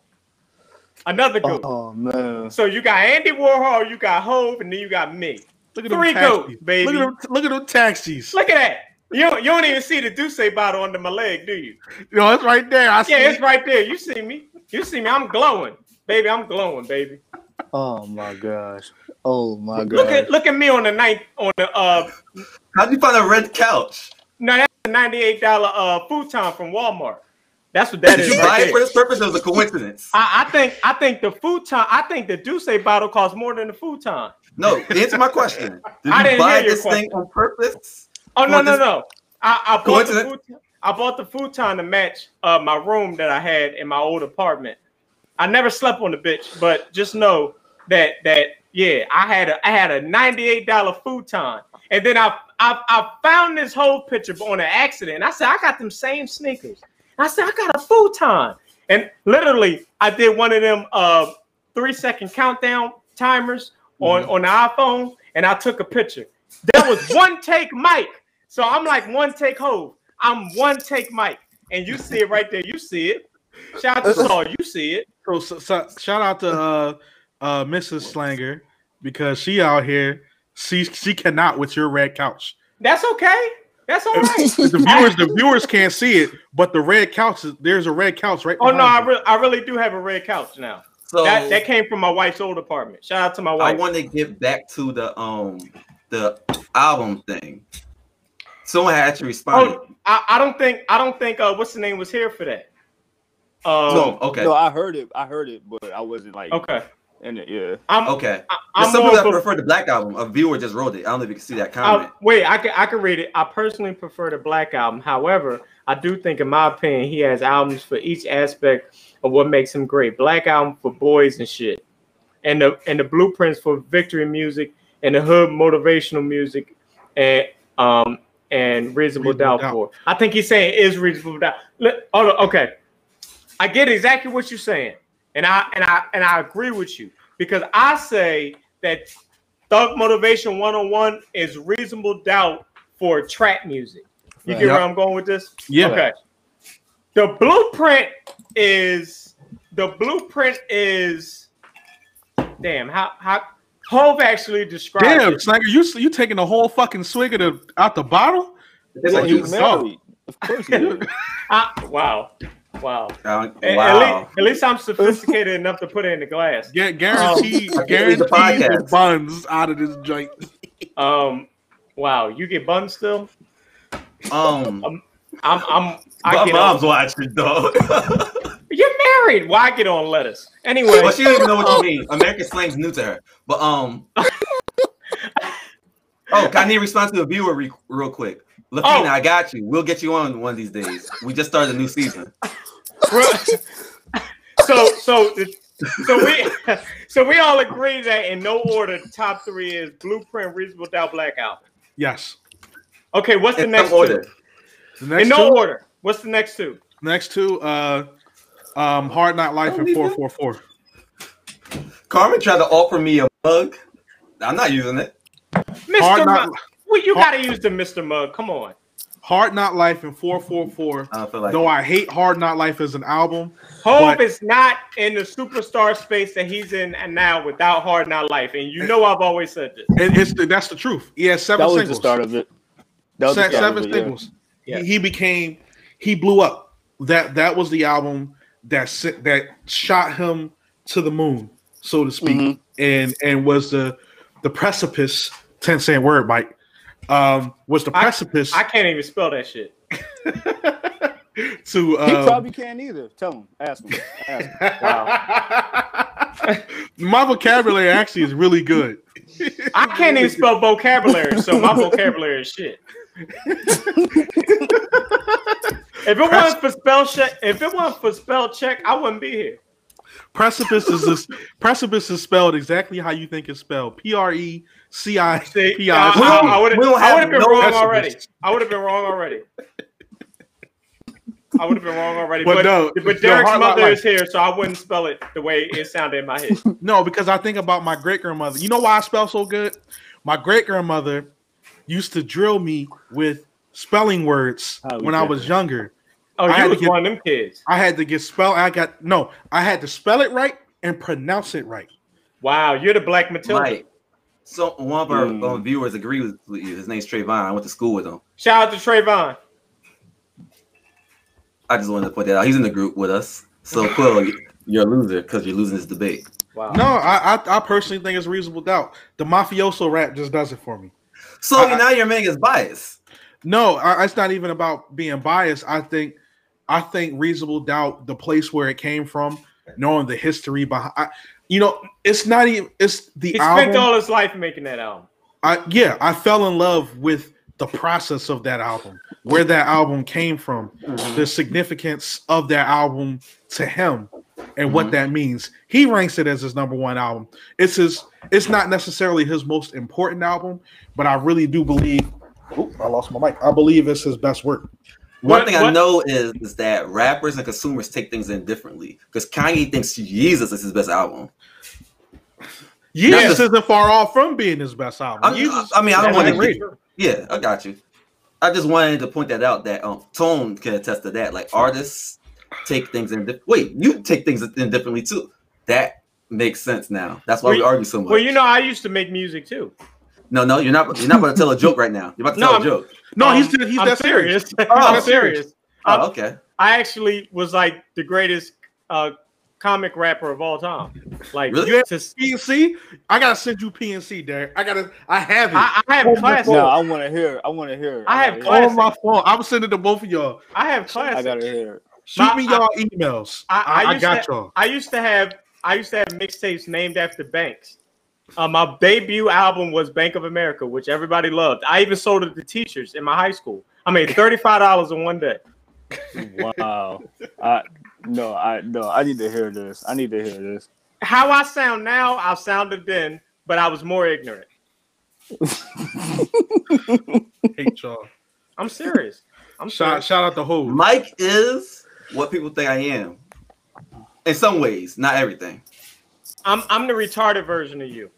E: another
D: enough.
E: goat.
D: Oh man.
E: So you got Andy Warhol, you got Hove, and then you got me.
B: Look at them
E: Three
B: taxis.
E: goats, baby.
B: Look at them, look at them taxis.
E: Look at that. You don't, you don't even see the Duce bottle under my leg, do you?
B: Yo, it's right there. I see
E: Yeah, it's
B: it.
E: right there. You see me? You see me? I'm glowing, baby. I'm glowing, baby.
D: Oh my gosh. Oh my gosh.
E: Look at look at me on the ninth on the uh
A: How'd you find a red couch?
E: no that's a ninety eight dollar uh futon from Walmart. That's what that
A: Did
E: is.
A: you
E: right
A: buy it
E: there.
A: for this purpose? It was a coincidence.
E: I, I think I think the futon. I think the Duce bottle costs more than the futon.
A: No, answer my question. Did you
E: I didn't
A: buy
E: hear your
A: this thing on purpose?
E: Oh no
A: Well,
E: no
A: this-
E: no! I, I bought the
A: Coincidence?
E: futon, I bought the futon to match uh, my room that I had in my old apartment. I never slept on the bitch, but just know that that yeah, I had a I had a ninety eight dollar futon, and then I, I I found this whole picture on an accident. And I said I got them same sneakers. And I said I got a futon, and literally I did one of them uh three second countdown timers on on the iPhone, and I took a picture. That was one take, Mike. So I'm like one take hold. I'm one take Mike. And you see it right there. You see it. Shout out to Saul. You see it.
B: So, so, so shout out to uh, uh, Mrs. Slanger because she out here. She she cannot with your red couch.
E: That's okay. That's all right.
B: The viewers the viewers can't see it, but the red couch is there's a red couch right.
E: Oh no, I,
B: behind you.
E: re- I really do have a red couch now.
A: So
E: that that came from my wife's old apartment. Shout out to my
A: I
E: wife.
A: want to get back to the um the album thing. Someone had to respond.
E: Oh, I, I don't think I don't think uh what's the name was here for that. Um,
A: no, okay,
D: No, I heard it. I heard it, but I wasn't like
E: okay.
D: in it. Yeah.
E: I'm
A: okay.
E: I,
A: There's
E: I'm
A: some
E: more
A: people that
E: for-
A: prefer the black album. A viewer just wrote it. I don't know if you can see that
E: I,
A: comment.
E: wait, I can I can read it. I personally prefer the Black Album. However, I do think, in my opinion, he has albums for each aspect of what makes him great. Black Album for boys and shit, and the and the blueprints for victory music and the hood motivational music, and um and reasonable
B: Reasonable
E: doubt
B: Doubt.
E: for. I think he's saying is reasonable doubt. Look, oh, no, okay, I get exactly what you're saying, and I and I and I agree with you because I say that Thug Motivation 101 is reasonable doubt for trap music. You get
A: Right.
E: where I'm going with this?
B: Yeah.
E: Okay. The blueprint is the blueprint is damn how how Hove actually described
B: Damn,
E: it.
B: Slanger, you you taking the whole fucking swig of the out the bottle?
A: It's
D: Yeah,
A: like
D: he's
A: you,
D: married. Of course he is.
E: I- Ah, wow, wow.
A: uh,
E: A- At,
A: wow.
E: least, at least I'm sophisticated enough to put it in the glass.
B: Get guaranteed,
A: Oh. It's
B: guaranteed
A: a podcast.
B: the buns out of this joint.
E: Um, wow. You get bun still?
A: Um,
E: I'm I'm I
A: my
E: get
A: mom's
E: on.
A: watching though.
E: You're married. Why I get on lettuce anyway?
A: but she doesn't even know what you mean. American slang's new to her. But um. Oh, I need a response to a viewer re- real quick. Latina,
E: Oh.
A: I got you. We'll get you on one of these days. We just started a new season.
E: so so so we so we all agree that in no order the top three is blueprint reasonable doubt blackout
B: Yes.
E: okay what's the
A: In
E: next
A: some order.
E: two
B: The next
E: in no
B: two,
E: order what's the next two
B: next two, uh, um, Hard Not Life and four four four.
A: Carmen tried to offer me a mug. I'm not using it.
E: mr
B: Hard
E: mug
B: Not
E: well, you
B: Hard-
E: gotta use the mr mug come on
B: Hard Not Life and four four four.
A: I don't feel like
B: Though I hate Hard Not Life as an album,
E: hope
B: But-
E: is not in the superstar space that he's in and now without hard not life and you know i've always said this
B: it, it's the, that's the truth. He has seven
D: That was the
B: singles.
D: start of it. That was
B: Se-
D: the start
B: seven
D: of it, yeah.
B: singles.
E: Yeah.
B: He, he became he blew up. That that was the album that sent, that shot him to the moon, so to speak,
D: Mhm.
B: and and was the the precipice. Ten cent word, Mike. Um, was the
E: I-
B: precipice
E: i can't even spell that shit
B: to
D: He
B: um,
D: probably can't either. Tell him. Ask him. Ask him.
B: my vocabulary actually is really good.
E: i can't even spell vocabulary so my vocabulary is shit if it wasn't for spell check if it wasn't for spell check i wouldn't be here
B: Precipice is this, precipice is spelled exactly how you think it's spelled. P R E C I
E: See,
B: P
E: I,
B: I.
A: We don't-
E: would have
A: we don't have
E: been
A: no
E: wrong
A: precedent.
E: already. I would have been wrong already. I would have been wrong already.
B: But
E: But,
B: no, no,
E: but Derek's
B: hard lot
E: mother
B: life.
E: is here, so I wouldn't spell it the way it sounded in my head.
B: No, because I think about my great grandmother. You know why I spell so good? My great grandmother used to drill me with spelling words
D: How we
B: when I
D: get
B: was
D: there.
B: younger.
E: Oh,
B: I had
E: you
B: to
E: was
B: get-
E: one of them kids.
B: I had to get spell. I got no. I had to spell it right and pronounce it right.
E: Wow, you're the Black Matilda.
A: Mike. So one of our
D: Hmm.
A: um, viewers agrees with, with you. His name's Trayvon. I went to school with him.
E: Shout out to Trayvon.
A: I just wanted to point that out. He's in the group with us. So Quill, You're a loser because you're losing this debate.
D: Wow.
B: No, I, I I personally think it's reasonable doubt. The mafioso rap just does it for me.
A: So
B: I-
A: now your man is biased.
B: No, I, it's not even about being biased. I think, I think reasonable doubt, the place where it came from, knowing the history behind, I, you know, it's not even. It's the
E: He spent
B: album.
E: all his life making that album.
B: I, yeah, I fell in love with the process of that album, where that album came from,
A: Mm-hmm.
B: the significance of that album to him, and what that means. He ranks it as his number one album. It's his. It's not necessarily his most important album, but I really do believe. Oop, I lost my mic. I believe it's his best work.
A: One
E: What-
A: thing I
E: what-
A: know is, is that rappers and consumers take things in differently because Kanye thinks Jesus is his best album.
B: Yeezus
A: That's a-
B: isn't far off from being his best album.
A: I'm-
B: Yeezus-
A: I mean, I don't
B: that's
A: want
B: not
A: to.
B: great.
A: Yeah, I got you. I just wanted to point that out that um, Tone can attest to that. Like artists take things in. Di- Wait, you take things in differently too. That makes sense now. That's why we
E: Well,
A: argue so much.
E: Well, you know, I used to make music too.
A: no, no, you're not. You're not about to tell a joke right now. You're about to
E: No,
A: tell
E: I'm-
A: a joke.
B: No,
E: Um,
B: he's just, he's
E: I'm
B: that serious.
E: I'm
A: that's
E: serious.
A: Oh, okay.
E: I actually was like the greatest uh, comic rapper of all time. Like
A: Really?
E: you to, s-
B: PNC, I gotta send you PNC, Derek. I gotta, I have it.
E: I, I have
B: Oh my
E: classes.
B: God.
D: No, I want to hear. it. I want to hear. it.
E: I have
D: gotta hear it.
B: on my phone. I'm sending to both of y'all.
E: I have
D: oh, I
E: classes. I,
D: gotta hear. it.
B: Shoot
E: My-
B: me y'all emails.
E: I-
B: I,
E: I
B: I
E: used
B: got y'all.
E: used to have I used to have mixtapes named after banks. Uh, my debut album was Bank of America, which everybody loved. I even sold it to teachers in my high school. I made thirty five dollars in one day.
D: Wow. I no. I no. I need to hear this. I need to hear this.
E: How I sound now, I sounded then, but I was more ignorant.
B: Hate y'all.
E: I'm serious. I'm
B: Shout,
E: serious.
B: shout out the whole.
A: Mike is what people think I am. In some ways, not everything.
E: I'm I'm the retarded version of you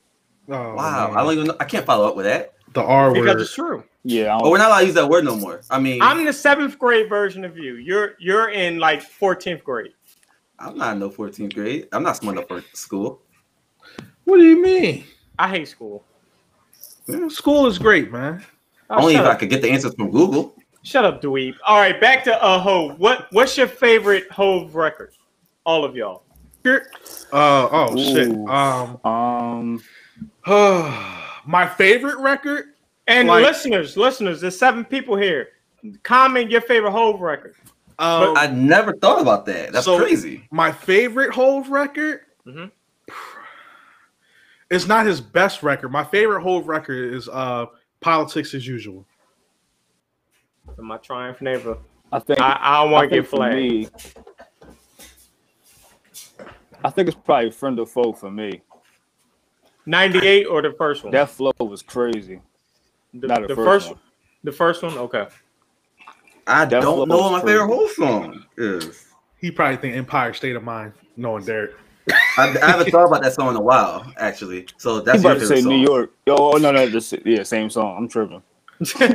E: Oh,
A: Wow, I don't even. Know, I can't follow up with that.
B: Oh, the R
E: because
B: word.
E: it's true.
D: Yeah. I
A: But
D: don't,
A: we're not allowed to use that word no more. I mean, I'm,
E: I'm the seventh grade version of you. You're you're in like 14th grade.
A: not in no 14th grade. I'm not smart enough for school.
B: What do you mean?
E: I hate school.
B: Man, school is great, man.
E: Oh,
A: Only if
E: shut,
A: I
E: up.
A: could get the answers from Google.
E: shut up, dweeb. All right, back to uh Hove. What what's your favorite Hove record? All of y'all.
B: Uh, oh
D: Ooh.
B: shit. Um,
D: um.
B: my favorite record.
E: And
B: Like-
E: listeners, listeners, there's seven people here. Comment your favorite Hove record.
B: Um,
A: I never thought about that. That's
B: So-
A: crazy.
B: my favorite Hove record.
A: Mm-hmm.
E: Mhm.
B: It's not his best record. My favorite Hove record is uh politics as usual.
E: So my triumph neighbor.
D: I think.
E: I, I don't
D: I
E: want to
D: think
E: get
D: for
E: flagged.
D: me, I think it's probably friend or foe for me.
E: 98 or the first one?
D: That flow was crazy.
E: the,
D: not the
E: the
D: first
E: first
D: one.
E: The first one? Okay.
A: I
D: That
A: don't know
D: flow's
A: what my
D: crazy.
A: favorite whole song is.
B: He probably think Empire State of Mind, knowing Derek.
A: I, I haven't thought about that song in a while, actually. So
D: You
A: that's
D: about
A: your
D: to
A: favorite
D: say
A: song.
D: New York? Oh no, no, this, yeah, same song. I'm tripping.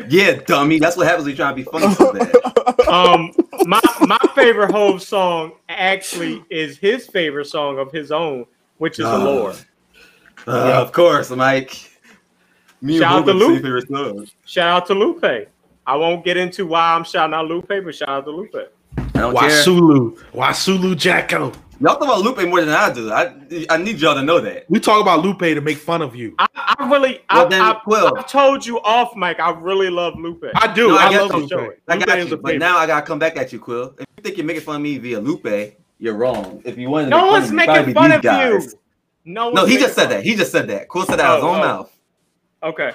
A: Yeah, dummy. That's what happens when you try to be funny so bad.
E: um my my favorite Hove song actually is his favorite song of his own, which is
A: Ah.
D: Uh-huh.
E: Allure.
A: Uh, of course, Mike. Me and
E: Shout out to
A: Ruben say
E: Luke.
A: favorite songs.
E: Shout out to Lupe. I won't get into why I'm shouting out Lupe, but shout out to Lupe.
A: I don't care.
B: Wasulu, Wasulu Jacko.
A: Y'all talk about Lupe more than I do. I I need y'all to know that.
B: We talk about Lupe to make fun of you. I,
E: I, I really
A: Well,
E: I,
A: then,
E: I,
A: Quill.
E: have told you off mic, I really love Lupe.
B: do.
A: No, I
B: I,
A: get you.
B: love Lupe.
A: I
B: Lupe
A: got
B: is
A: you,
B: a
A: but
B: favorite.
A: now I gotta come back at you, Quill. If you think you're making fun of me via Lupe, you're wrong. If you wanted, to
E: no
A: make fun
E: one's
A: of me, it'd probably
E: making
A: be
E: fun
A: these
E: of
A: guys.
E: you. No,
A: No,
E: one's
A: he
E: making
A: just said
E: fun.
A: that. He just said that. Quill said that out of his
E: Oh,
A: own
E: oh.
A: mouth.
E: Okay.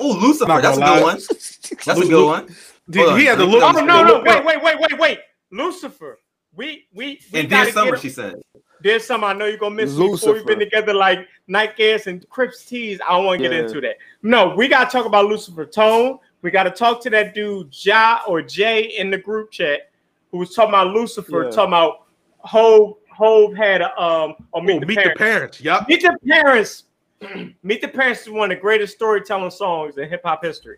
A: Oh, Lucifer.
B: Not
A: That's a
B: gonna
A: good
B: lie.
A: one. That's a
B: Lu-
A: good
B: Lu-
A: one.
B: Did- he had to
A: Hold
B: look.
A: on.
E: Oh no, no,
B: look up.
E: wait, wait, wait, wait, wait. Lucifer. We we we
A: And dear
E: gotta get
A: summer,
E: a-
A: she said.
E: There's some I know you're gonna miss me before we've been
D: Lucifer.
E: together like Nike's and Crips Tees. I don't want to
D: Yeah.
E: get into that. No, we gotta talk about Lucifer Tone. We gotta talk to that dude Ja or Jay in the group chat who was talking about Lucifer,
D: Yeah.
E: talking about Hove. Hove had a um or meet,
B: Oh,
E: the,
B: meet the
E: parents.
B: parents. Yup.
E: Meet the parents. meet the parents is one of the greatest storytelling songs in hip hop history.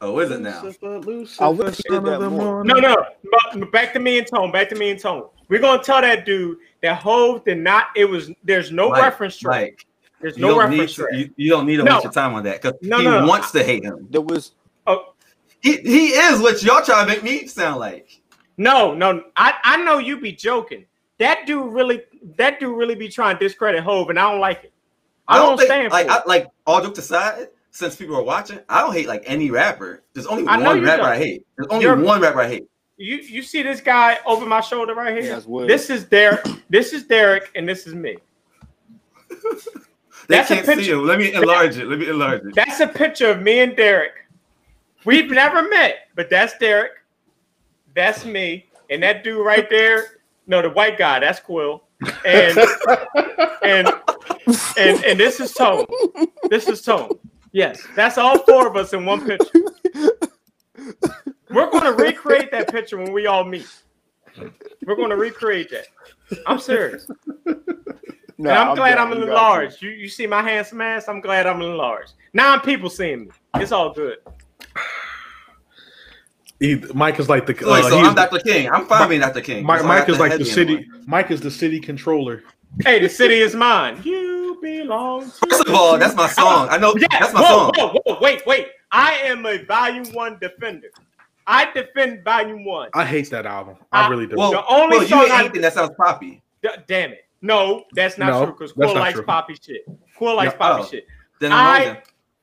A: Oh, is it now?
D: I wish he did that more.
E: No, no. But but back to me and Tone. Back to me and Tone. We're gonna tell that dude that Hove did not. It was there's no
A: Mike,
E: reference track.
A: Mike,
E: There's
A: you
E: no
A: don't need
E: reference
A: to,
E: track.
A: you, you don't need to
E: No.
A: waste your time on that because
E: No,
A: he
E: no, no.
A: wants to hate him.
D: There was
A: He, he is what y'all trying to make me sound like.
E: No, no, I, I know you be joking. That dude really, that dude really be trying to discredit Hove, and I don't like it. I,
A: I
E: don't,
A: don't think
E: stand
A: like
E: for
A: I,
E: it.
A: like all jokes aside, since people are watching, I don't hate like any rapper. There's only
E: I
A: one
E: know you
A: rapper
E: don't.
A: I hate. There's only
E: You're-
A: one rapper I hate.
E: You you see this guy over my shoulder right here?
D: Yeah, that's weird.
E: This is Derek. This is Derek, and this is me.
A: They
E: That's a
A: can't see
E: picture-
A: him. Let me enlarge it. Let me enlarge it.
E: That's a picture of me and Derek. We've never met, but that's Derek. That's me. And that dude right there, no, the white guy, that's Quill. And and and and this is Tone. This is Tone. Yes, that's all four of us in one picture. We're gonna recreate that picture when we all meet. We're gonna recreate that. I'm serious.
D: Nah,
E: and I'm, glad
D: down.
E: I'm
D: You got to.
E: enlarged. You you see my handsome ass? I'm glad I'm enlarged. Nine people seeing me. It's all good.
B: He, Mike is like the
A: So, like,
B: uh,
A: so
B: he's-
A: I'm Dr. King. I'm fine being Dr. King.
B: Mike,
A: So I
B: Mike
A: got
B: is like the
A: heavy in
B: city.
A: mind.
B: Mike is the city controller.
E: Hey, the city is mine. You belong to
A: First of all, that's my song. I know
E: Yeah,
A: that's my
E: whoa,
A: song.
E: whoa, whoa, wait, wait. I am a volume one defender. I defend volume one.
B: I hate that album. I
E: Ah,
B: really do.
A: Well,
E: The only
A: well, you
E: song
A: ain't
E: I-
A: anything that sounds poppy.
E: D- damn it. No, that's not
B: No,
E: true because
B: that's
E: Quill
B: not
E: likes
B: true.
E: poppy shit. Quill likes
B: Yeah.
E: poppy
A: Oh.
E: shit.
A: Then I'm wrong
E: I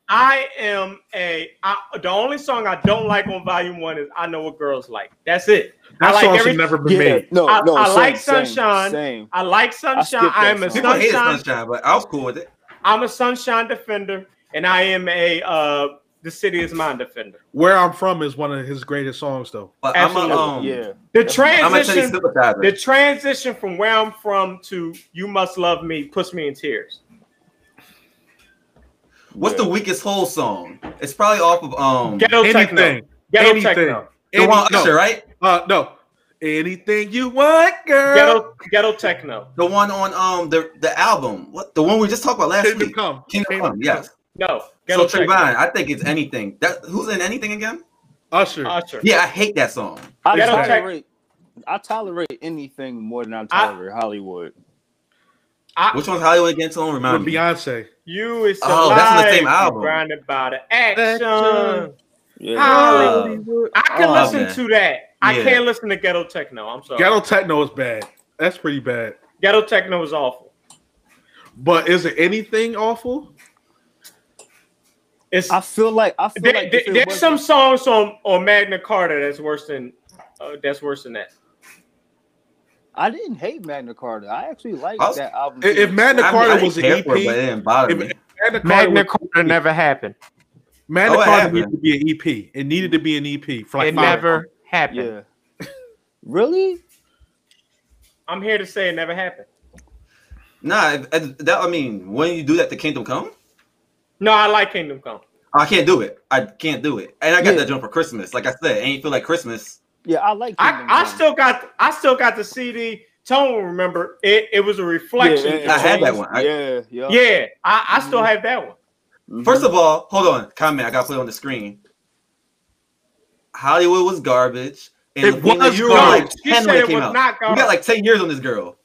E: I am a I, the only song I don't like on volume one is I Know What Girls Like. That's it. I
B: that
E: like
B: song should
E: every-
B: never be
D: Yeah,
B: made.
D: no,
E: I-
D: no,
E: I
D: same,
E: like
D: same,
E: Sunshine.
D: Same.
E: I like sunshine.
D: skipped that
E: I, am a
A: then. People hated
E: sunshine.
A: Sunshine, but I was cool with it.
E: I'm a sunshine defender, and I am a uh the city is mine defender.
B: Where I'm from is one of his greatest songs, though.
A: But
E: Absolutely.
A: I'm a um,
D: yeah.
E: The
A: I'm a Teddy
E: transition,
A: sympathizer.
E: the transition from where I'm from to "You Must Love Me" puts me in tears.
A: What's
D: yeah.
A: the weakest whole song? It's probably off of um
E: Ghetto techno,
B: Anything,
E: ghetto
B: anything,
E: techno,
A: the one
B: no,
A: Usher, right?
B: uh, no, anything you want, girl.
E: ghetto, ghetto techno.
A: The one on um the the album. What the one we just talked about last
B: Kingdom
A: week?
B: come,
A: Kingdom
B: Kingdom
A: Come, yes.
E: No,
A: So
E: ghetto
A: Trayvon,
E: techno.
A: I think it's anything. That who's in anything again?
B: Usher.
E: Usher.
A: Yeah, I hate that song.
D: I
B: Ghetto
E: Tech-
D: tolerate. I tolerate anything more than I tolerate Hollywood.
E: I,
A: Which one's Hollywood again? Tone remind
B: with
A: me.
B: Beyonce.
E: you is
A: Oh, that's on the same
E: alive,
A: album.
E: Grinded by the
B: Action.
E: action.
A: Uh,
D: Yeah.
E: Hollywood. I can
D: Oh,
E: listen
A: man.
E: to that. I
A: Yeah.
E: can't listen to ghetto techno. I'm sorry.
B: Ghetto techno is bad. That's pretty bad.
E: Ghetto techno is awful.
B: But is it anything awful?
E: It's
D: I feel like I feel
E: there,
D: like
E: there-
D: if it
E: there's
D: wasn't-
E: some songs on, on Magna Carta that's worse than uh, that's worse than that.
D: I didn't hate Magna Carta. I actually liked
A: I was-
D: that album.
B: If, if Magna
A: I mean,
B: Carta
A: I didn't
B: was an
E: E
A: care
B: EP,
A: for it, but it didn't bother
B: if-
A: me.
B: Magna Carta, was-
E: Carta never happened.
B: Magna
A: Oh, it
B: Carta
A: happened.
B: needed to be an EP. It needed to be an EP for like five
E: happened.
D: yeah. really?
E: I'm here to say it never happened.
A: Nah, if- if- that I mean, when you do that to Kingdom Come, Oh,
E: No, I like Kingdom Come.
A: I can't do it. I can't do it. And I got
D: Yeah.
A: that jump for Christmas. Like I said, ain't feel like Christmas.
D: Yeah, I like.
E: I,
D: Kingdom
E: I
D: Come.
E: still got I still got the CD. Tone will remember it. It was a reflection.
D: Yeah,
E: Yeah,
D: yeah,
A: I had that
D: yeah.
A: one. I-
D: yeah, yeah. Mm-hmm.
E: I, I still have that one.
D: Mhm.
A: First of all, hold on, comment. I gotta put it on the screen. Hollywood was garbage. And
B: It
A: Lupita,
B: was
A: you were
B: garbage.
A: like
E: she
A: 10
E: said
A: when
E: it
A: it came
E: was
A: out.
E: not
A: You
E: garbage.
A: got like 10 years on this girl.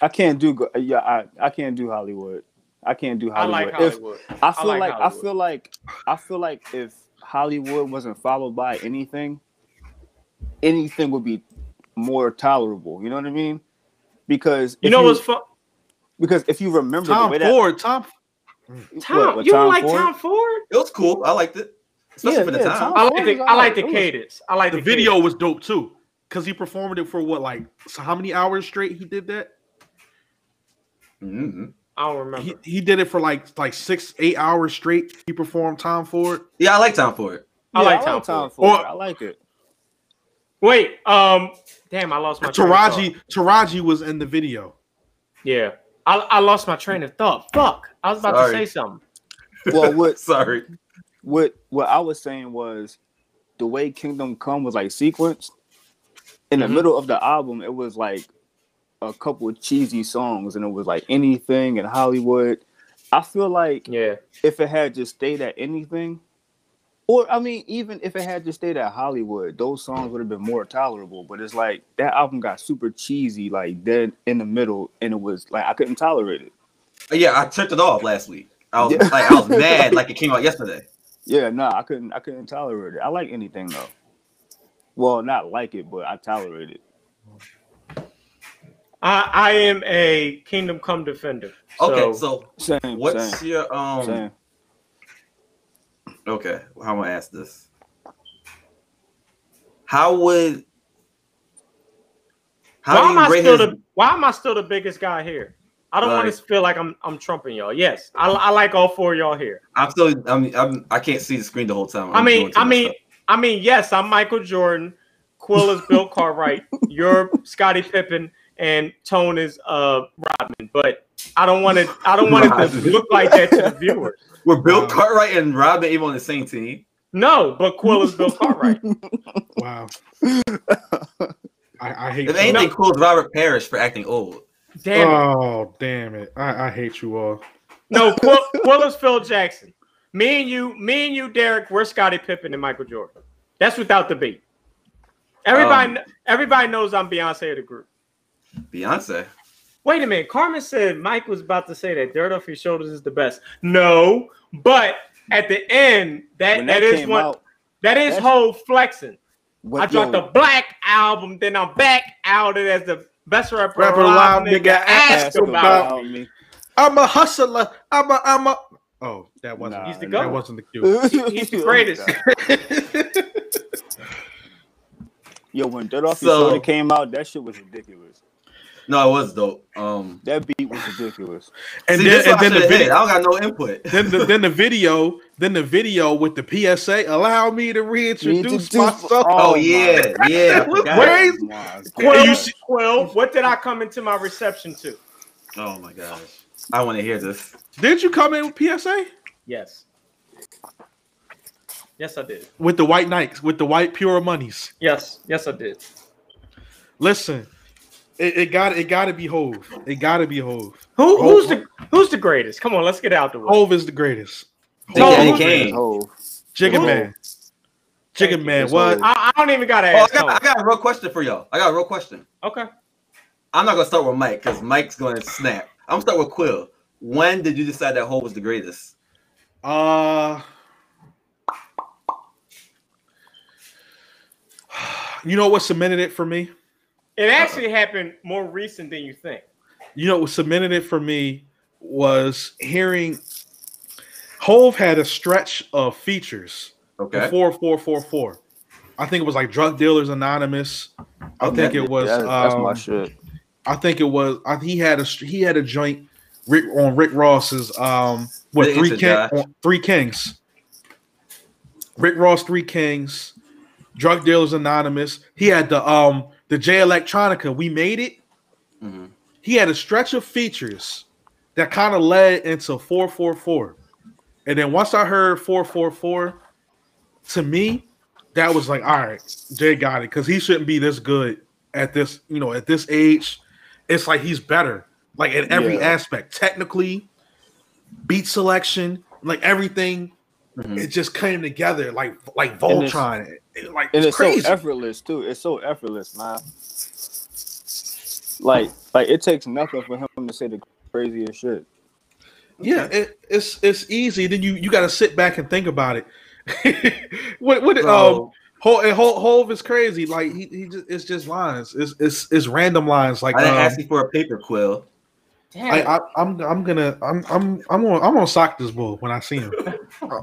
D: I can't do. go- Yeah, I, I can't do Hollywood. I can't do
E: I
D: Hollywood.
E: like
D: If-
E: Hollywood.
D: I feel
E: like
D: like, I
E: Hollywood.
D: feel like I feel like if Hollywood wasn't followed by anything, anything would be more tolerable. You know what I mean? Because
E: You
D: if
E: know what's fun?
D: because if you remember
B: Tom
D: the way
B: Ford. Tom.
D: that
E: Tom,
D: what, what,
E: you
D: Tom
E: don't like
D: Ford?
E: Tom Ford?
A: It was cool. I liked it. Especially
D: Yeah,
A: for the
D: yeah,
A: time.
D: Tom-
E: I like
D: Ford
E: the
D: was
E: I like
D: alright.
E: the
D: It was-
E: cadence. I like
B: The
E: the,
B: video was dope too, because he performed it for what like so how many hours straight he did that?
A: Mhm.
E: I don't remember.
B: He, he did it for like like six eight hours straight. He performed Tom Ford.
A: Yeah, I like Tom Ford.
E: I
D: Yeah,
E: like Tom Ford.
D: Ford.
B: Or-
D: I like it.
E: Wait, um, damn, I lost my train of thought.
B: Taraji Taraji was in the video.
E: Yeah, I, I lost my train of thought. Fuck, I was about
A: Sorry.
E: to say something.
D: Well, what
A: Sorry.
D: what what I was saying was the way Kingdom Come was like sequenced in the
E: Mhm.
D: middle of the album, it was like a couple of cheesy songs, and it was like anything in Hollywood. I feel like
E: Yeah,
D: if it had just stayed at anything, or I mean, even if it had just stayed at Hollywood, those songs would have been more tolerable. But it's like that album got super cheesy, like dead in the middle, and it was like I couldn't tolerate it.
A: Yeah, I turned it off last week. I was
D: Yeah.
A: like, I was mad like it came out yesterday.
D: Yeah, no, I couldn't, I couldn't tolerate it. I like anything though. Well, not like it, but I tolerate it.
E: I, I am a Kingdom Come defender.
A: Okay, so,
D: Same.
A: what's
D: same,
A: your um?
D: same.
A: Okay, how am I ask this? How would how
E: why
A: do
E: am
A: you
E: I
A: rate
E: still
A: his?
E: the Why am I still the biggest guy here? I don't want
A: Right.
E: to feel like I'm I'm trumping y'all. Yes, I, I like all four of y'all here.
A: I'm still I'm, I'm I can't see the screen the whole time.
E: I
A: I'm
E: mean,
A: doing too
E: I
A: much
E: mean,
A: stuff.
E: I mean, yes, I'm Michael Jordan. Quill is Bill Cartwright. You're Scottie Pippen, and Tone is uh Rodman. But I don't want to. I don't want it to
A: Rodman.
E: look like that to the viewers.
A: were
E: uh,
A: Bill
B: Wow.
A: Cartwright and Robin even on the same team?
E: No, but Quill is Bill Cartwright.
B: Wow. I, I hate
A: If
B: you.
A: anything, cool is Robert Parrish for acting old.
E: Damn. it.
B: Oh, damn it. I, I hate you all.
E: No, Quill, Quill is Phil Jackson. Me and you, me and you, Derek, we're Scottie Pippen and Michael Jordan. That's without the beat. Everybody,
A: Um,
E: kn- everybody knows I'm Beyonce of the group.
A: Beyonce.
E: Wait a minute. Carmen said Mike was about to say that dirt off your shoulders is the best. No, but at the end, that,
D: When
E: that is one that is
D: that's-
E: whole flexing.
D: when-
E: I dropped
D: yo,
E: a black album, then I'm back out it as the best rapper,
B: Rapper alive,
E: alive, nigga.
B: nigga,
E: Ask,
D: ask
E: about.
B: about-
D: about me.
B: I'm a hustler. I'm a I'm a Oh, that wasn't
D: Nah,
E: He's the
D: nah.
E: goat.
B: that wasn't the cue.
E: He's the greatest.
D: Yo, when Dirt Off
A: So-
D: Your Shoulder came out, that shit was ridiculous.
A: No, it was dope. Um,
D: That beat was ridiculous.
B: and
A: see,
B: then
A: this is
B: and
A: what
B: then
A: I
B: the
A: shoulda hit.
B: video
A: I don't got no input.
B: then the, then the video then the video with the PSA allow me to reintroduce
D: Reintroduce-
B: myself.
A: Oh,
D: Oh, my
A: yeah, yeah. I forgot.
B: Where is-
D: my
E: Quill,
B: You
D: God.
B: see-
E: Quill, what did I come into my reception to?
A: Oh my gosh, I want to hear this.
B: Did you come in with PSA?
E: Yes. Yes, I did.
B: With the white Nikes, with the white pure monies.
E: Yes, yes, I did.
B: Listen, it, it got it gotta be Hove. It gotta be Hove.
E: Who, Oh.
B: Oh,
E: who's the who's the greatest? Come on, let's get out the way.
B: Hove is the greatest.
A: They
E: Oh,
A: Daddy
E: who's-
A: Kane. Oh,
D: Oh,
B: Jigga
D: Hov.
B: man. Jigga
E: Thank
B: man,
D: you.
B: what?
E: I, Oh, I don't even gotta
A: Oh, I
E: ask.
A: got, I
E: Tone.
A: got a real question for y'all. I got a real question.
E: Okay.
A: I'm not gonna start with Mike because Mike's gonna snap. I'm gonna start with Quill. When did you decide that hole was the greatest?
B: Uh you know what cemented it for me?
E: It actually happened more recent than you think.
B: you know what cemented it for me was hearing Hove had a stretch of features
A: Okay.
B: before 4444. I think it was like Drug Dealers Anonymous. I think it was
D: That's, that's my
B: um,
D: shit.
B: I think it was I, he had a str- he had a joint Rick on Rick Ross's um what
A: They
B: three
A: into
B: king,
A: Josh.
B: on three kings. Rick Ross three kings, Drug Dealers Anonymous. He had the um the J Electronica. We made it
A: Mhm.
B: he had a stretch of features that kind of led into 444. And then once I heard 444, to me, that was like, all right, Jay got it because he shouldn't be this good at this, you know, at this age. It's like he's better, like in every
D: Yeah.
B: aspect, technically, beat selection, like everything.
A: Mhm.
B: It just came together like like
D: Mm-hmm. And it's-
B: Voltron, It- like
D: And
B: it's,
D: it's
B: crazy.
D: so effortless too. It's so effortless, man. Like, like it takes nothing for him to say the craziest shit.
B: Yeah, it, it's it's easy. Then you you got to sit back and think about it. what what um
A: So-
D: oh
B: Hove, and Hove, Hove is crazy. Like he, he just it's just lines. It's it's it's random lines. Like
A: I didn't
B: um,
A: ask you for a paper quill.
E: Damn.
B: I, I I'm I'm gonna I'm I'm I'm on I'm gonna sock this bull when I see him.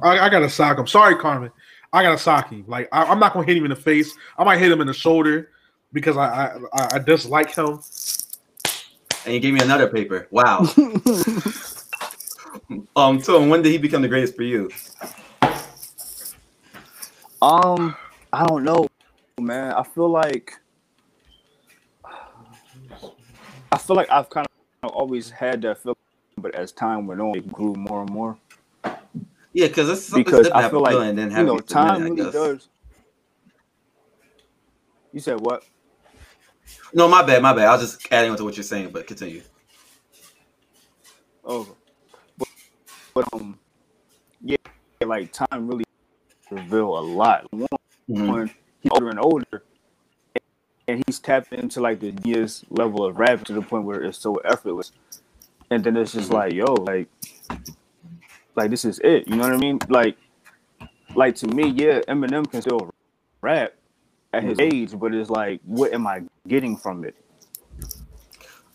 B: I, I gotta sock him. Sorry, Carmen. I gotta sock him. Like I, I'm not gonna hit him in the face. I might hit him in the shoulder because I I, I- I dislike him.
A: And you gave me another paper. Wow. um, so when did he become the greatest for you?
D: Um, I don't know, man. I feel like I feel like I've kind of always had that feeling, but as time went on, it grew more and more.
A: Yeah, because it's something
D: Because
A: different
D: I feel
A: about
D: like
A: Quill and then
D: you
A: having
D: know,
A: to submit,
D: time
A: I
D: really
A: guess.
D: does. You said what?
A: No, my bad, my bad. I was just adding on to what you're saying, but continue.
D: Oh, but, but um, yeah, like time really reveal a lot. One,
B: Mm-hmm.
A: Mhm.
D: he's older and older, and he's tapped into like the genius level of rap to the point where it's so effortless. And then it's just
B: Mm-hmm.
A: Mhm.
D: like, yo, like, like this is it. You know what I mean? Like, like to me, yeah, Eminem can still rap at his
B: Mm-hmm.
D: age, but it's like, what am I getting from it?
A: As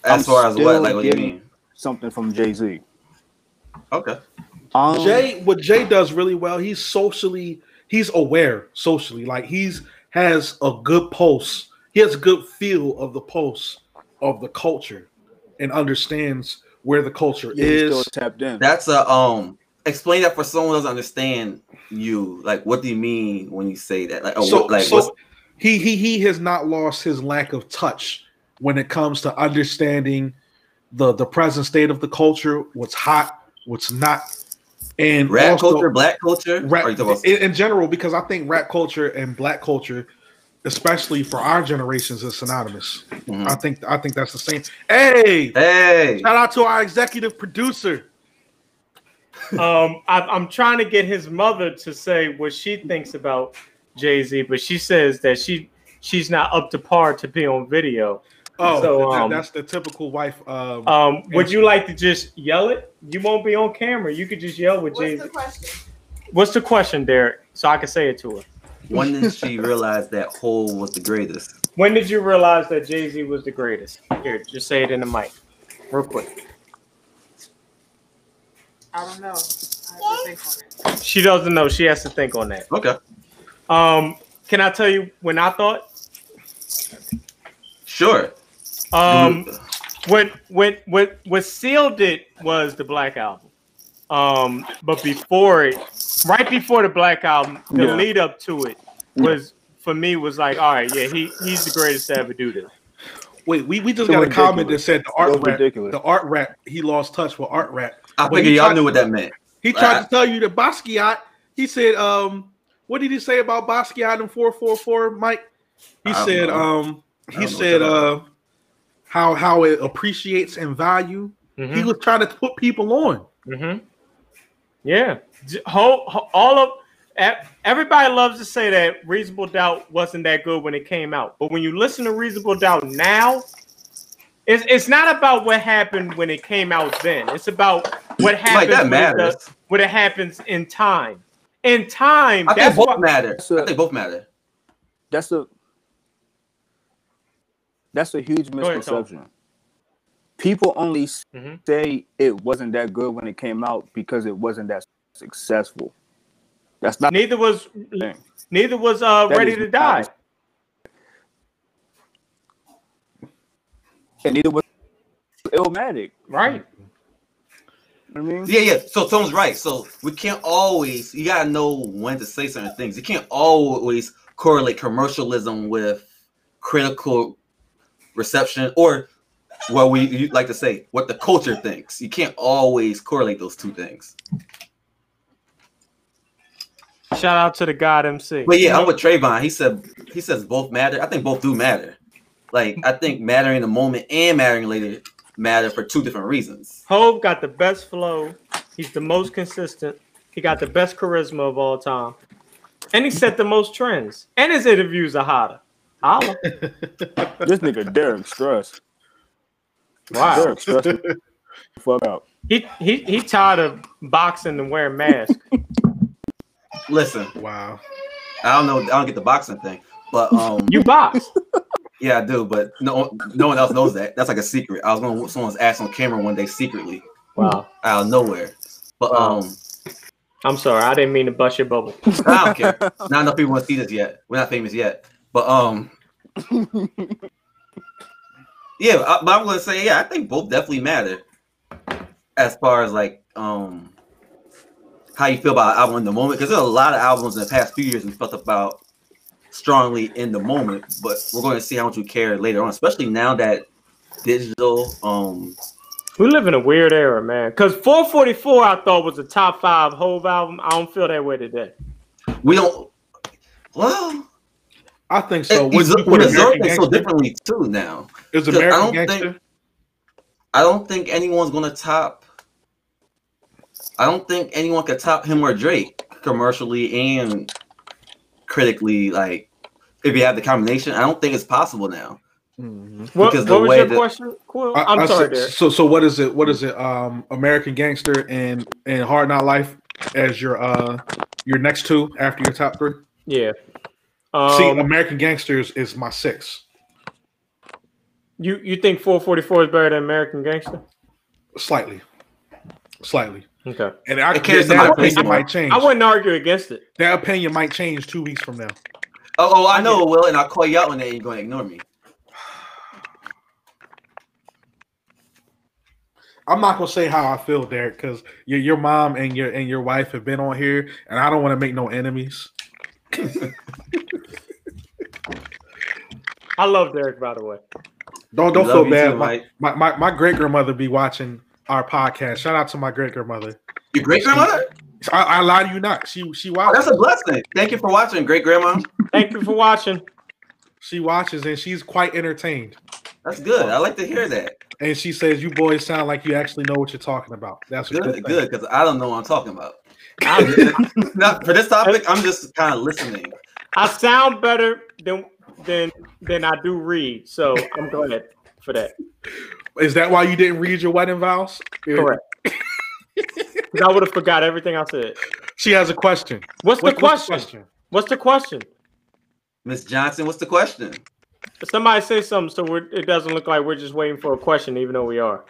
D: I'm
A: far as what,
D: still
A: like what do you
D: getting
A: mean?
D: Something from Jay Z.
A: Okay.
D: Um,
B: Jay, what Jay does really well, he's socially, he's aware socially. Like he's has a good pulse. He has a good feel of the pulse of the culture, and understands where the culture
D: yeah, he's still
B: is.
D: tapped in.
A: That's a um. Explain that for someone who doesn't understand you. Like, what do you mean when you say that? Like, or
B: so,
A: what, like,
B: so
A: what's-
B: he he he has not lost his lack of touch when it comes to understanding the the present state of the culture, what's hot, what's not, and
A: rap
B: also-
A: culture, black culture?
B: rap
A: Are you talking about-
B: in, in general because I think rap culture and black culture, especially for our generations, is synonymous.
A: Mhm.
B: I think I think that's the same. Hey,
A: Hey,
B: shout out to our executive producer.
E: Um, I, I'm trying to get his mother to say what she thinks about Jay Z, but she says that she she's not up to par to be on video.
B: Oh,
E: So,
B: that-
E: um,
B: that's the typical wife. Um,
E: Um, would you like to just yell it? You won't be on camera. You could just yell with Jay
C: What's
E: Z.
C: the question?
E: What's the question, Derek? So I can say it to her.
A: when did she realize that hole was the greatest?
E: When did you realize that Jay Z was the greatest? Here, just say it in the mic, real quick.
C: I don't know. I have to think on it.
E: She doesn't know. She has to think on that.
A: Okay,
E: Um, can I tell you when I thought?
A: sure.
E: Um, what what what what sealed it was the Black Album. Um, but before it, right before the Black Album, the
D: Yeah.
E: lead up to it was for me was like, all right, yeah, he he's the greatest to ever do this.
B: wait, we, we just
D: It
B: got
D: was
B: a comment that
D: ridiculous.
B: said the art
D: It was
B: rap,
D: ridiculous.
B: the art rap. He lost touch with art rap.
A: I
B: Well,
A: figured
B: you
A: y'all
B: tried-
A: knew what that meant.
B: He tried
A: Right.
B: to tell you that Basquiat. He said, um, what did he say about Basquiat and four four four, Mike? He
A: I don't
B: said,
A: know.
B: um,
A: I don't
B: he
A: know what
B: said,
A: that
B: uh, how how it appreciates and value.
A: Mm-hmm.
B: He was trying to put people on.
E: hmm Yeah. J- Whole, whole- all of e- everybody loves to say that Reasonable Doubt wasn't that good when it came out, but when you listen to Reasonable Doubt now, it's it's not about what happened when it came out then. It's about what
A: Like
E: happens
A: that
E: when, it does-
A: matters.
E: when it happens in time. In time,
A: I think
E: that's
A: both
E: what
A: matter.
D: That's a-
A: I think both matter.
D: that's a that's a huge
E: ahead, Tom.
D: misconception. People only s-
E: Mhm.
D: say it wasn't that good when it came out because it wasn't that successful. That's not
E: neither was
D: the thing.
E: neither was uh
D: That
E: ready
D: is
E: to
D: not
E: die.
D: what's- And neither was Illmatic.
E: Right.
D: You know what I mean,
A: Yeah, yeah. So Tom's right. So we can't always. You gotta know when to say certain things. You can't always correlate commercialism with critical reception or what we you like to say what the culture thinks. You can't always correlate those two things.
E: Shout out to the God MC.
A: But yeah, I'm with Trayvon. He said he says both matter. I think both do matter. Like I think mattering in the moment and mattering later matter for two different reasons.
E: Hove got the best flow. He's the most consistent. He got the best charisma of all time. And he set the most trends. And his interviews are hotter. Holla.
D: this nigga Derek Stress.
E: Wow.
D: Derek Stress. fuck out.
E: He he he tired of boxing and wearing masks.
A: Listen,
B: Wow.
A: I don't know. I don't get the boxing thing, but um,
E: You box.
A: Yeah, I do, but no, no one else knows that. That's like a secret. I was gonna whoop someone's ass on camera one day secretly,
E: Wow.
A: out of nowhere. But um,
E: I'm sorry. I didn't mean to bust your bubble.
A: I don't care. Not enough people want to see this yet. We're not famous yet. But um, yeah. I, but I'm gonna say, yeah, I think both definitely matter. As far as like um, how you feel about an album in the moment, because there's a lot of albums in the past few years we felt about strongly in the moment, but we're going to see how much we care later on, especially now that digital um
E: We live in a weird era, man. Cause 444 I thought was a top five Hove album. I don't feel that way today.
A: We don't. Well,
B: I think so.
A: so
B: What
A: we,
B: you put
A: observe
B: American
A: it so
B: Gangster
A: differently too now.
B: is
A: because I don't
B: American Gangster.
A: I don't think anyone's gonna top. I don't think anyone could top him or Drake commercially and critically. Like, if you have the combination, I don't think it's possible now.
E: What,
A: Because
E: what
A: the
E: was
A: way
E: your
A: that-
E: question, Quill?
B: I-
E: I'm
B: I
E: sorry,
B: said-
E: Derek.
B: so so what is it? What is it? Um, American Gangster and and Hard Not Life as your uh your next two after your top three.
E: Yeah. Um,
B: See, American Gangsters is my six.
E: you you think 444 is better than American Gangster?
B: Slightly, slightly,
E: Okay,
B: and I
A: It can't
B: that, that
A: stop
B: opinion
A: baseball.
B: might change.
E: I wouldn't argue against it.
B: that opinion might change two weeks from now.
A: Oh, oh, I know it will, and I'll call you out when they ain't gonna ignore me.
B: I'm not gonna say how I feel, Derek, because your your mom and your and your wife have been on here, and I don't want to make no enemies.
E: I love Derek, by the way.
B: Don't Oh, don't
A: Love
B: feel
A: you
B: bad.
A: too,
B: my,
A: Mike.
B: my my my great grandmother be watching our podcast. Shout out to my great grandmother.
A: Your great grandmother?
B: I, I lie to you not. She she
A: Oh,
B: watches.
A: that's a blessing. Thank you for watching, great grandma.
E: Thank you for watching.
B: she watches, and she's quite entertained.
A: That's good. I like to hear that.
B: And she says, "You boys sound like you actually know what you're talking about." That's a
A: Good,
B: good. thing.
A: good, because I don't know what I'm talking about. I'm- Not for this topic, I'm just kind of listening.
E: I sound better than than than I do read, so I'm glad for that.
B: Is that why you didn't read your wedding vows?
E: Correct. 'Cause I would have forgot everything I said.
B: She has a question.
E: What's the
B: What- what's
E: question? What's the question?
A: Miss Johnson, what's the question?
E: Somebody say something so we're, it doesn't look like we're just waiting for a question, even though we are.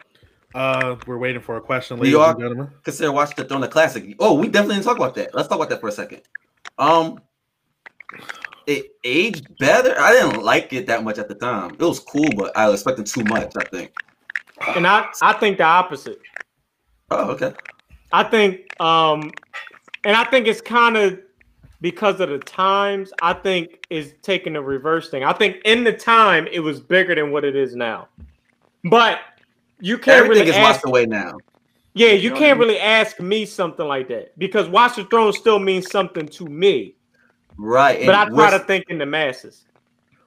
B: Uh, we're waiting for a question,
A: We
B: ladies
A: are-
B: and gentlemen.
A: Consider watching the Throne of Classic. Oh, we definitely didn't talk about that. Let's talk about that for a second. Um, it aged better. I didn't like it that much at the time. It was cool, but I was expecting too much. I think.
E: And I, I think the opposite.
A: Oh, okay.
E: I think, um, and I think it's kind of because of the times. I think is taking the reverse thing. I think in the time it was bigger than what it is now, but you can't
A: Everything
E: really
A: is
E: ask.
A: washed away now.
E: Yeah, you
D: know what I
E: can't
D: mean?
E: really ask me something like that because Watch the Throne still means something to me.
A: Right.
E: But I
A: and
E: try
A: we're-
E: to think in the masses.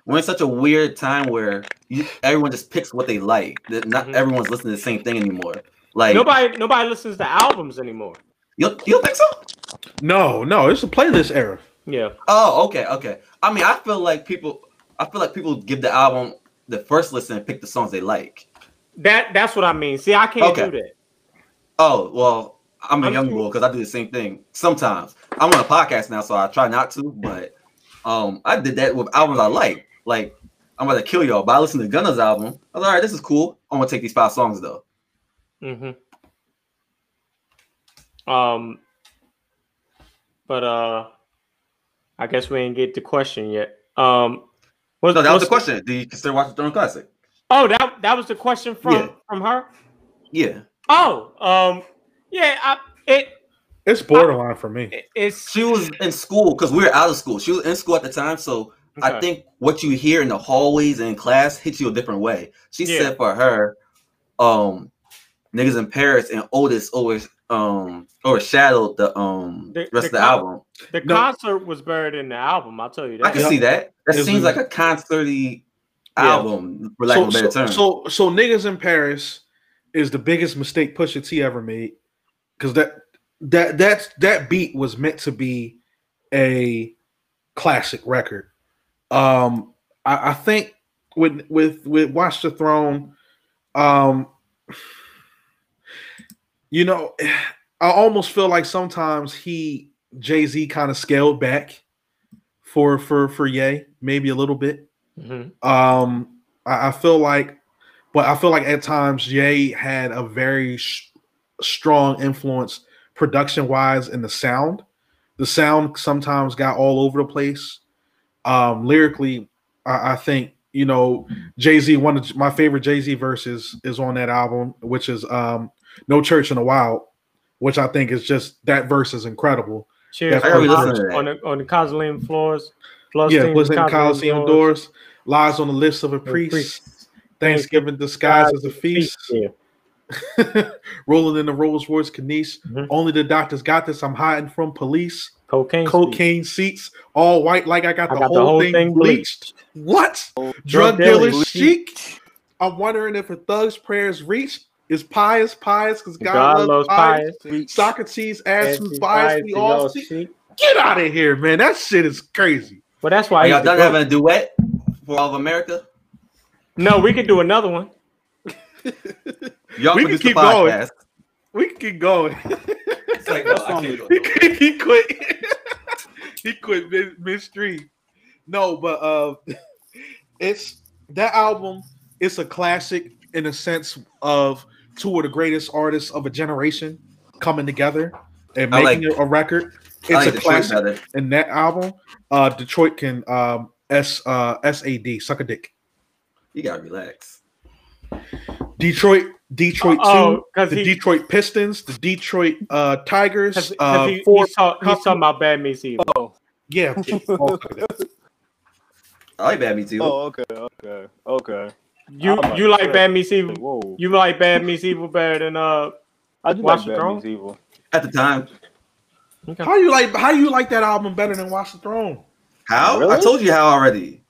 A: we're in such a weird time where you, everyone just picks what they like. That Not
E: Mhm.
A: everyone's listening to the same thing anymore. Like
E: Nobody, nobody listens to albums anymore.
A: you, you don't think so?
B: No, no, it's a playlist era.
E: Yeah,
A: Oh, okay, okay. I mean, I feel like people, I feel like people give the album the first listen and pick the songs they like.
E: that that's what I mean. See, I can't
A: Okay.
E: do that.
A: Oh, well, I'm a
E: I'm
A: young
E: sure-
A: bull because I do the same thing sometimes. I'm on a podcast now, so I try not to. But um, I did that with albums I like. Like I'm about to kill y'all, but I listened to Gunna's album. I was like, all right, this is cool. I'm gonna take these five songs though.
E: Mm-hmm. Um, but uh, I guess we ain't get the question yet. Um, what,
A: No, that was
E: what's-
A: the question. Do you consider watching Throne Classic?
E: Oh, that that was the question from
A: Yeah.
E: from her.
A: Yeah,
E: Oh, um, yeah, I, it
B: It's borderline for me.
E: it- it's
A: she was in school because we were out of school. She was in school at the time, so I
E: okay.
A: think what you hear in the hallways and in class hits you a different way. She
E: Yeah.
A: said for her, um, niggas in Paris and Otis always um overshadowed the um
E: The-
A: rest
E: the
A: of the
E: con-
A: album.
E: the
B: no.
E: concert was buried in the album. I'll tell you
A: I
E: that.
A: can see that. That
B: It's
A: seems
B: a-
A: like a concerty
E: Yeah.
A: album, for lack
B: so,
A: of a better
B: so,
A: term.
B: so, so niggas in Paris is the biggest mistake Pusha T ever made because that that that's that beat was meant to be a classic record. Um, I, I think with with with Watch the Throne, um, you know, I almost feel like sometimes he Jay Z kind of scaled back for for for Ye maybe a little bit.
E: Mhm.
B: Um, I, I feel like, but I feel like at times Jay had a very sh- strong influence production wise in the sound. The sound sometimes got all over the place. Um, lyrically, I, I think you know Jay Z. One of my favorite Jay Z verses is on that album, which is um, "No Church in the Wild," which I think is just that verse is incredible.
E: Cheers
B: I already
E: on,
A: listened to that.
E: on the on the Coliseum floors. Plus
B: yeah, was in Coliseum doors, lies on the lips of a priest. Thanksgiving disguised as a feast,
E: Yeah.
B: rolling in the Rolls Royce Caniche.
E: Mhm.
B: Only the doctors got this. I'm hiding from police.
E: Cocaine.
B: Cocaine seats, all white, like I got the,
E: I got
B: whole, thing, bleached. What? Drug
E: Drug
B: dealer
E: dealer
B: chic. I'm wondering if a thug's prayers reach is pious, pious, because God, loves, pious. Socrates asked who's bias we all see. Get out of here, man. That shit is crazy.
E: Well, that's why
A: Are
E: he's
A: y'all
E: the
A: done
E: GOAT.
A: having a duet for all of America?
E: No, we could do another one.
A: Y'all
B: We can
A: produce the
B: keep going.
A: podcast.
B: We can keep going.
A: It's like, no, I can't do it.
B: he quit. he quit mid- midstream. No, but uh, it's that album. It's a classic in the sense of two of the greatest artists of a generation coming together and
A: I
B: making it a record. It's
A: I like
B: a
A: Detroit
B: classic
A: better.
B: in that album. Uh, Detroit can um s uh s a d suck a dick.
A: You gotta relax.
B: Detroit, Detroit two,
E: Oh, because
B: the
E: he,
B: Detroit Pistons, the Detroit uh Tigers,
E: 'cause he,
B: uh
E: 'cause he,
B: four,
E: he's, talk, he's talking about Bad Meets Evil.
D: Oh,
B: yeah,
D: oh,
A: I like Bad Me Too.
B: Oh.
D: okay, okay, okay.
E: You
D: I'm
E: you
D: like,
E: like
D: shit.
E: Bad Meets Evil?
D: Whoa,
E: You like Bad Meets Evil better than uh?
D: I do
E: Watch
D: like
E: the
D: Bad
E: Throne?
D: Meets Evil.
A: At the time,
B: How you like how you like that album better than Watch the Throne?
A: how I
D: Really?
A: told you how already.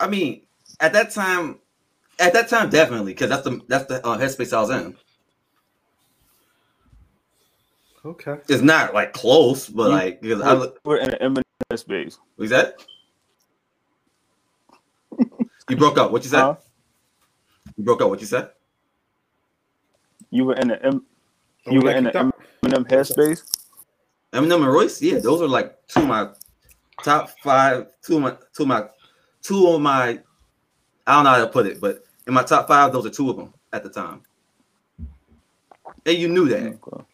A: I mean, at that time, at that time, definitely because that's the that's the uh, headspace I was in.
B: Okay.
A: It's not like close, but
D: You-
A: like because I look.
D: We're in an Eminem space.
A: What's that? you broke up. What you said?
D: Huh?
A: You broke up. What you said?
D: You were in an M-
B: Oh,
D: you were in an Eminem headspace.
A: Eminem and Royce. Yeah, those are like two of my top five. Two of my two of my two of my. I don't know how to put it, but in my top five, those are two of them at the time. And you knew that.
D: Okay.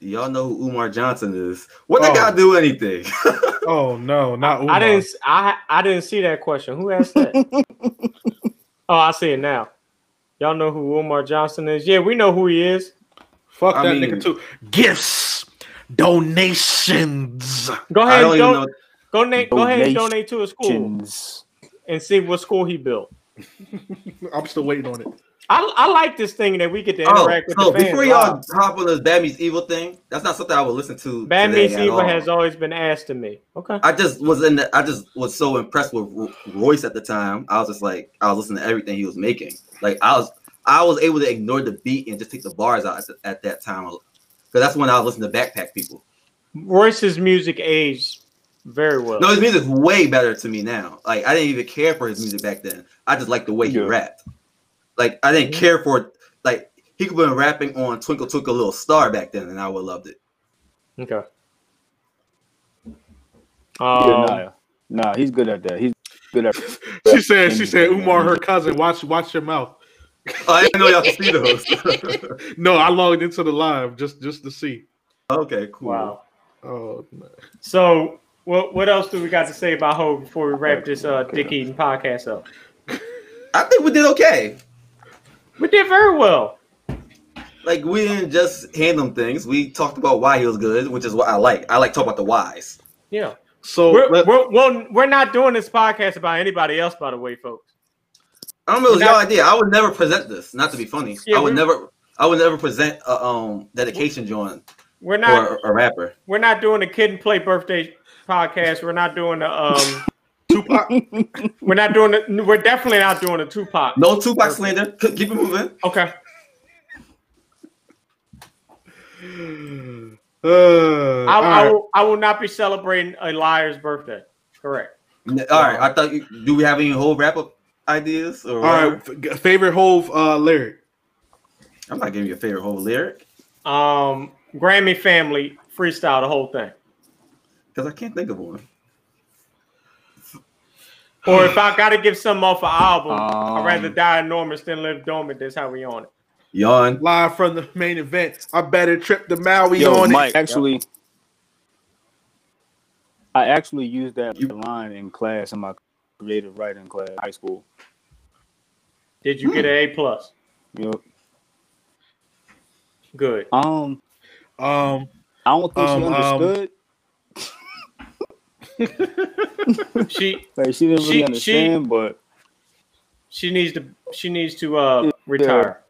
A: Y'all know who Umar Johnson is. What that
B: Oh.
A: guy do anything?
B: Oh no, not Umar.
E: I didn't s- I I didn't see that question. Who asked that? oh, I see it now. Y'all know who Omar Johnson is? Yeah, we know who he is.
B: Fuck
A: I
B: that
A: mean-
B: nigga too. Gifts, donations.
E: Go
A: I
E: ahead,
A: don't
E: and
A: even
E: don-
A: know.
E: go, na- go ahead,
D: Donations.
E: and donate to a school and see what school he built.
B: I'm still waiting on it.
E: I, I like this thing that we get to
A: Oh,
E: interact with
A: so
E: the fans.
A: before
E: live.
A: y'all hop on this Bad Meets Evil thing, that's not something I would listen to.
E: Bad
A: today
E: Meets
A: at
E: Evil
A: all.
E: has always been asked to me. Okay.
A: I just was in. The, I just was so impressed with Ro- Royce at the time. I was just like, I was listening to everything he was making. Like I was, I was able to ignore the beat and just take the bars out at, the- at that time, because that's when I was listening to Backpack People.
E: Royce's music aged very well.
A: No, his music's way better to me now. Like I didn't even care for his music back then. I just liked the way he
D: Yeah.
A: rapped. Like I didn't care for like he could have been rapping on Twinkle Twinkle Little Star back then, and I would have loved it.
E: Okay.
D: Yeah,
E: Um,
D: nah, nah, he's good at that. He's good at.
B: She said she said Umar, her cousin. Watch watch your mouth.
A: Oh, I didn't know y'all could see those.
B: No, I logged into the live just just to see.
A: okay, cool.
E: wow.
B: Oh, no.
E: So, what what else do we got to say about Ho before we wrap this uh, Dick Eating podcast up?
A: I think we did okay.
E: We did very well.
A: like we didn't just hand him things. We talked about why he was good, which is what I like. I like talk about the whys.
E: Yeah,
B: so
E: we're,
B: let-
E: we're, we're, we're not doing this podcast about anybody else, by the way, folks.
A: I don't know, it was
E: Not-
A: your idea. I would never present this. Not to be funny,
E: Yeah,
A: I would
E: we-
A: never. I would never present a um dedication joint
E: We're not
A: or a rapper.
E: we're not doing the kid and play birthday podcast. We're not doing the um.
B: Tupac.
E: We're not doing the. We're definitely not doing the Tupac.
A: No Tupac slander. Keep it moving.
E: Okay.
B: Uh,
E: I,
B: all
E: I,
B: right.
E: will, I will not be celebrating a liar's birthday. Correct.
A: N- All right. I thought. You, do we have any whole wrap up ideas? Or
B: All right, f- favorite Hove uh, lyric.
A: I'm not giving you a favorite whole lyric
E: Um, Grammy family freestyle the whole thing.
A: because I can't think of one.
E: Or if I gotta give some off an album, I'd
D: Um,
E: rather die enormous than live dormant. That's how we on it.
A: Yawn.
B: Live from the main event. I better trip to Maui
D: Yo,
B: on
D: Mike,
B: it.
D: actually, I actually used that
A: You-
D: line in class in my creative writing class, in high school.
E: Did you get an A plus?
D: You know,
E: Good.
D: um,
B: Um,
D: I don't think
B: Um,
D: she
B: um,
D: understood.
E: She
D: like she didn't
E: she-
D: really
E: she-
D: understand, but
E: she needs to she needs to uh
D: Yeah.
E: retire.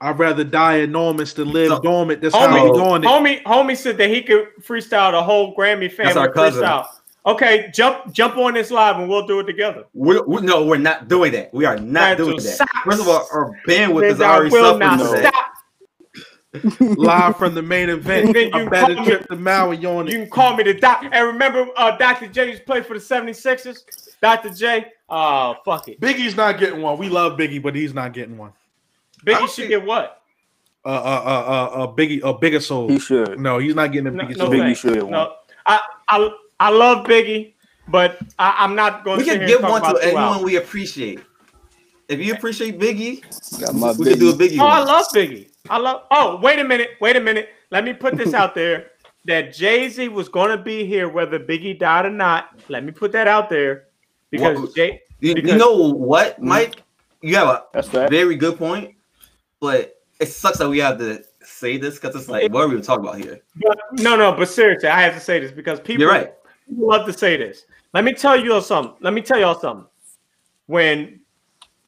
B: I'd rather die enormous than live
A: So-
B: dormant. That's how
E: Homie,
B: we doing it.
E: homie, homie said that he could freestyle the whole Grammy family
A: our cousin.
E: freestyle. Okay, jump jump on this live and we'll do it together.
A: We're, we no, we're not doing that. We are not
E: That's
A: doing
E: what
A: that.
E: sucks.
A: First of all, our bandwidth is
E: Says I
A: already
E: will not
A: suffering. today.
E: stop.
B: Live from the main event.
E: Then
B: I
E: you
B: better
E: call me-
B: trip to Maui on it.
E: You can call me the doc. And remember, uh, Dr. J used to play for the 76ers. Dr. J, oh fuck it.
B: Biggie's not getting one. We love Biggie, but he's not getting one.
A: I
E: Biggie
A: see-
E: should get what?
B: a uh, uh, uh, uh, Biggie a bigger soul.
D: He should.
B: No, he's not getting a
E: No,
B: bigger
E: no
B: soul.
D: Biggie
E: thanks.
D: should have won.
E: No, I, I I love Biggie, but I, I'm not going
A: We
E: to.
A: can give one to
E: two
A: anyone
E: hours.
A: we appreciate. If you appreciate Biggie,
D: Got my
A: we can do a
D: Biggie.
A: Biggie.
E: Oh, I
A: one.
E: love Biggie. I love. Oh, wait a minute. Wait a minute. Let me put this out there that Jay Z was going to be here whether Biggie died or not. Let me put that out there because
A: What-
E: Jay.
A: You, you
E: because-
A: know what, Mike? You have
D: That's
A: a
D: that.
A: very good point, but it sucks that we have to say this because it's like, what are we talking about here?
E: But, no, no. But seriously, I have to say this because people.
A: You're right.
E: people love to say this. Let me tell you all something. Let me tell y'all something. When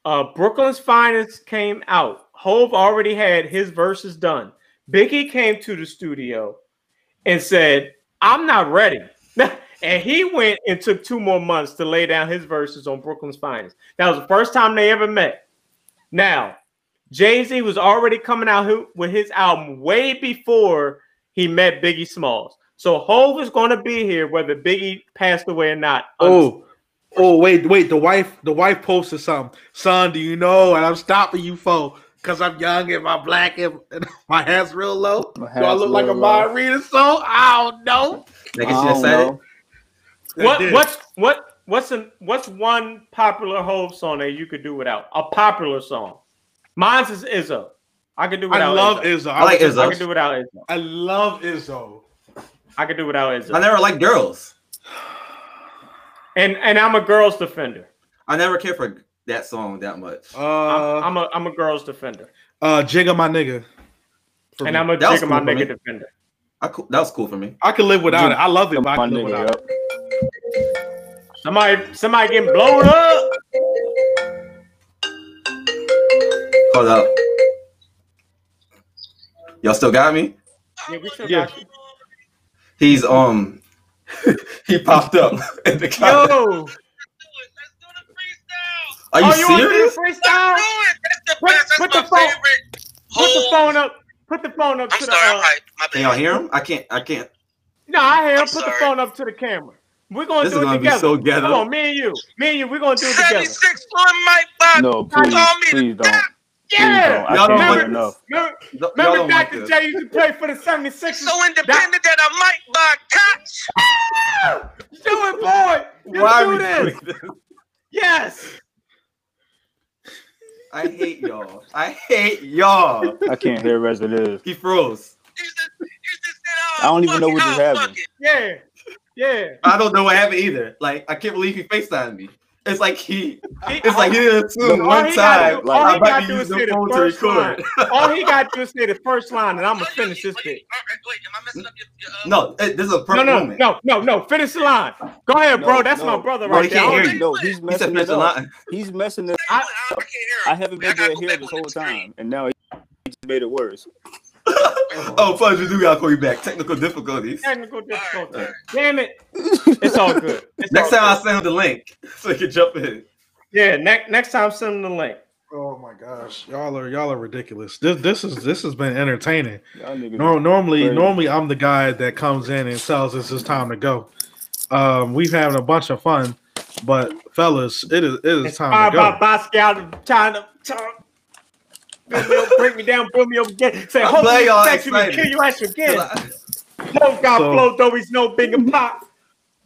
E: uh, Brooklyn's Finest came out, Hove already had his verses done. Biggie came to the studio and said, "I'm not ready." And he went and took two more months to lay down his verses on Brooklyn's Finest. That was the first time they ever met. Now, Jay Z was already coming out hu- with his album way before he met Biggie Smalls. So Hove is going to be here whether Biggie passed away or not.
B: Oh, oh, wait, wait. The wife, the wife posted something. Son, do you know? And I'm stopping you for because I'm young and my black and, and my hair's real low.
D: My
B: do I
D: hair's
B: look like a
D: real
B: Maya
D: low.
B: Rita song? I don't know.
A: That gets
D: I
A: you
D: don't
A: excited.
D: know.
E: what what's what what's an, what's one popular Hove song that you could do without? A popular song. Mine's is Izzo. I could do
B: I
E: without.
B: love
E: Izzo.
B: Izzo.
A: I like
B: would-
A: Izzo.
E: I could do without Izzo.
B: I love Izzo.
E: I could do without
A: I
E: Izzo.
A: never liked girls.
E: And and I'm a girls defender.
A: I never cared for that song that much.
B: Uh,
E: I'm,
A: Uh-huh.
E: I'm a I'm a girls defender.
B: uh, Jigga, my nigga. For
E: And
B: me.
E: I'm a
A: That was
E: jigga my
A: cool for me.
E: nigga defender.
A: I coo- that was cool for me.
B: I could live without it. I love it, but I
D: My
B: could live
D: nigga,
B: without it.
D: yup.
E: Somebody somebody getting blown up.
A: Hold up. Y'all still got me?
E: Yeah, we still
B: Yeah.
E: got you.
A: He's um he popped up in the comments.
E: Yo,
F: Let's do the freestyle.
A: Are you
E: oh, you want to do
A: serious?
E: the freestyle?
F: Do it. That's the
E: Put-
F: best. That's
E: put
F: my
E: the phone-
F: favorite.
E: Put the
F: Hold.
E: phone up. Put the phone up
F: I'm
E: to
F: sorry.
E: the.
F: I'm
E: Uh,
F: right. My
A: Can y'all
F: bad.
A: hear him? I can't. I can't.
E: No, I hear him. Put
F: I'm sorry.
E: the phone up to the camera. We're gonna
A: This
E: do
A: is
E: it
A: gonna be
E: together.
A: so ghetto.
E: Come on, me and you, me and you. We're gonna do it together.
F: 76 on Mike Bob.
D: No,
F: Call
D: please,
F: me
D: please
F: the
D: don't.
F: dap.
E: Yeah.
D: Please don't.
A: Y'all
D: I
A: don't
D: can't
A: want
D: get
A: this.
D: enough.
E: Remember,
A: Y'all
E: remember
A: don't like
E: Dr.
A: this.
E: J used to play for the 76ers.
F: So independent that I might buy cops.
E: do it, boy. Just
A: Why are
E: do
A: we
E: this.
A: doing this?
E: Yes.
A: I hate y'all. I hate y'all.
D: I can't hear it as it is.
A: He froze.
F: You just- you just said,
D: I don't even
F: fuck
D: know
F: it,
D: what just
F: oh,
D: happened.
F: fuck it.
E: Yeah. Yeah.
A: I don't know what happened either. Like I can't believe he Facetimed me. It's like he.
E: He-
A: It's like he didn't assume
D: All
A: one
E: he gotta
A: time.
D: do-
A: Like
D: all
A: I
D: he
A: might be
E: gotta do is
A: using
E: say
A: the
E: the
A: phone to
E: first
A: record.
E: all he got to do is say the first line, and I'm gonna
F: Oh, you-
E: finish this
F: oh, you-
E: bit.
F: all right, Wait, am I messing up your, your, uh,
A: No, it- this is a
E: No,
A: perfect
E: no,
A: moment.
E: no, no, no. Finish the line. Go ahead, bro.
D: No,
E: That's
D: no.
E: my brother
A: No, he
E: right
A: can't
E: there.
A: hear you.
D: No, he's
A: He said
D: messing
A: finish
D: it
A: the
D: up.
A: line.
D: He's messing it.
F: I,
E: I-
F: I can't hear
D: I
F: him.
D: haven't
F: I
D: been
F: gotta
D: able to
F: go
D: hear
F: back
D: it this
F: on the
D: whole
F: screen.
D: time, and now he he just made it worse.
A: Oh, fudge! We do gotta call you back. Technical difficulties.
E: Technical difficulty.
A: All right.
E: Damn it. It's all good. It's
A: Next
E: all
A: time I
E: good.
A: send him the link so he can jump in.
E: Yeah, next next time send him the link.
B: Oh my gosh, y'all are y'all are ridiculous. This this is this has been entertaining.
D: Y'all niggas
B: Nor normally
D: Crazy.
B: normally I'm the guy that comes in and tells us it's time to go. Um, we've having a bunch of fun, but fellas, it is it is time
E: Inspired
B: to go.
E: by Basquiat, trying to talk. Build me up, break me down, build me up again. Say,
A: I'm
E: hold
A: glad
E: me,
A: y'all
E: sex me,
A: excited.
E: kill you ass again.
A: I-
E: Love got
B: So-
E: flow, though he's no big and pop.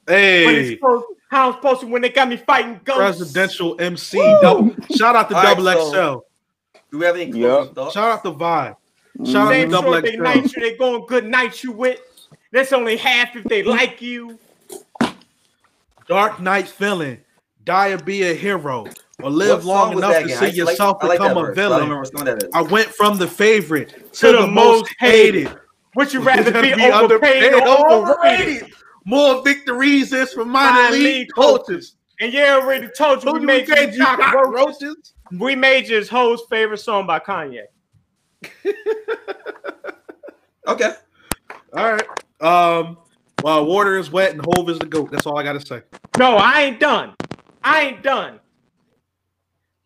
E: When
B: Hey,
E: it's close, hounds posted when they got me fighting ghosts.
B: presidential MC. Double, shout out to
A: All right,
B: Double
A: so-
B: XL.
A: Do we have any
D: Yup.
A: closing thoughts?
B: Shout out to Vibe. Shout
D: Mm.
B: out to
E: Same
B: Double
E: short they
B: XL.
E: night you, they going good night you with. That's only half if they like you.
B: Dark Knight feeling, die or be a hero, or
A: What
B: live long
A: song was
B: enough
A: that
B: to
A: again?
B: see
A: I used to like-
B: yourself
A: I like that
B: become a
A: verse. I don't
B: villain.
A: remember what song that is.
B: I went from the favorite to, the, most hated.
E: Would you rather be,
B: Be
E: overpaid
B: underpaid,
E: or overrated?
B: overrated. More victories is for minor
E: Minor
B: league
E: league
B: coaches.
E: And yeah, I already told you
B: Who
E: we
B: you
E: made you
B: said you got
E: cockroaches.
B: roaches?
E: We made you his hoe's favorite song by Kanye.
A: Okay.
B: All right. Um. Well, water is wet and Hove is the goat. That's all I gotta say.
E: No, I ain't done. I ain't done.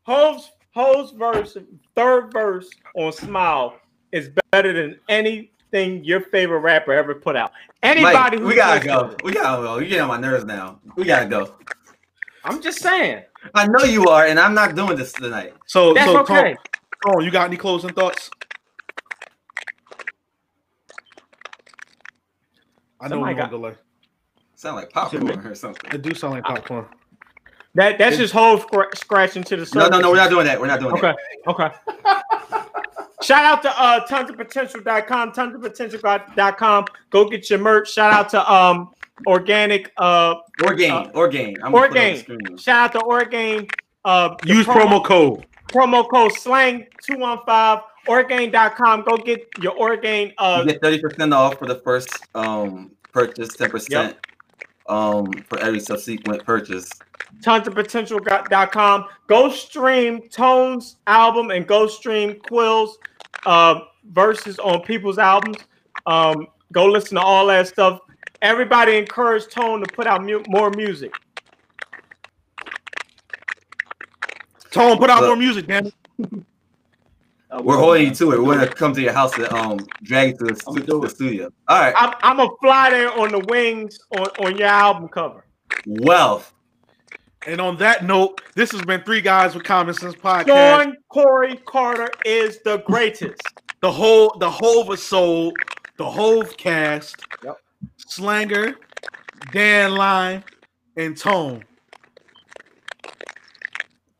E: Hove's Hove's verse, third verse on Smile is better than anything your favorite rapper ever put out. Anybody
A: Mike,
E: who
A: we gotta
E: listens-
A: go. We gotta go. You're getting on my nerves now. We gotta go.
E: I'm just saying.
A: I know you are, and I'm not doing this tonight.
B: So,
E: That's
B: so
E: okay.
B: Tone, Tone, you got any closing thoughts? I know
E: Somebody
B: we're on
E: got-
B: delay.
A: Sound like popcorn or something.
B: It do sound like popcorn.
E: That that's just whole scra- scratching to the
A: No,
E: surface.
A: no, no, we're not doing that. We're not doing
E: Okay, okay. Shout out to uh tons of potential.com, tons of potential.com. Go get your merch. Shout out to um organic uh
A: that. Or game, or game. I'm gonna put it on the screen.
E: shout out to Orgain. Uh the
B: Use promo code.
E: promo code slang 215 orgain.com. Go get your orgain
A: You
E: uh
A: get thirty percent off for the first um purchase, ten percent um for every subsequent purchase.
E: tons of potential.com. Go stream Tone's album and go stream Quill's uh, verses on people's albums. Um, go listen to all that stuff. Everybody encourage Tone to put out mu- more music.
B: Tone, put out
A: Look.
B: more music, damn it.
A: We're holding you to it. We're gonna come to your house and um drag you to the, stu- to the studio. All right,
E: I'm, I'm a fly there on the wings on, on your album cover.
A: wealth.
B: And on that note, this has been Three Guys with Common Sense Podcast.
E: Sean Corey Carter is the greatest.
B: The whole the Hova Soul, the Hove cast, Slanger, Dan Line, and Tone.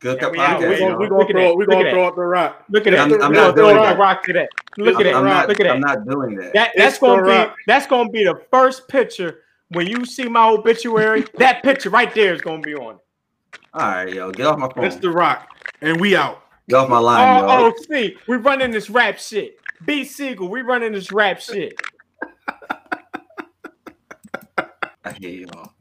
A: Good
E: Yeah,
A: cup
E: we out.
A: podcast.
E: We gonna-
A: y'all.
E: we gonna Look at throw- that. we gonna Look at throw
B: up the rock.
E: Look at that.
A: I'm- I'm
E: Look
A: not
E: at
A: doing
E: that.
A: that.
E: Rock to that. Look at
A: I'm,
E: that.
A: I'm not.
E: Look at that.
A: I'm not doing that.
E: That
B: It's
E: that's gonna
B: the
E: be
B: rock.
E: that's gonna be the first picture when you see my obituary. that picture right there is gonna be on. it.
A: All right, yo, get off my phone.
B: It's the rock. And we out.
A: Get off my line,
E: Oh.
A: yo.
E: ROC, we running this rap shit. B Siegel, we running this rap shit.
A: I hate y'all.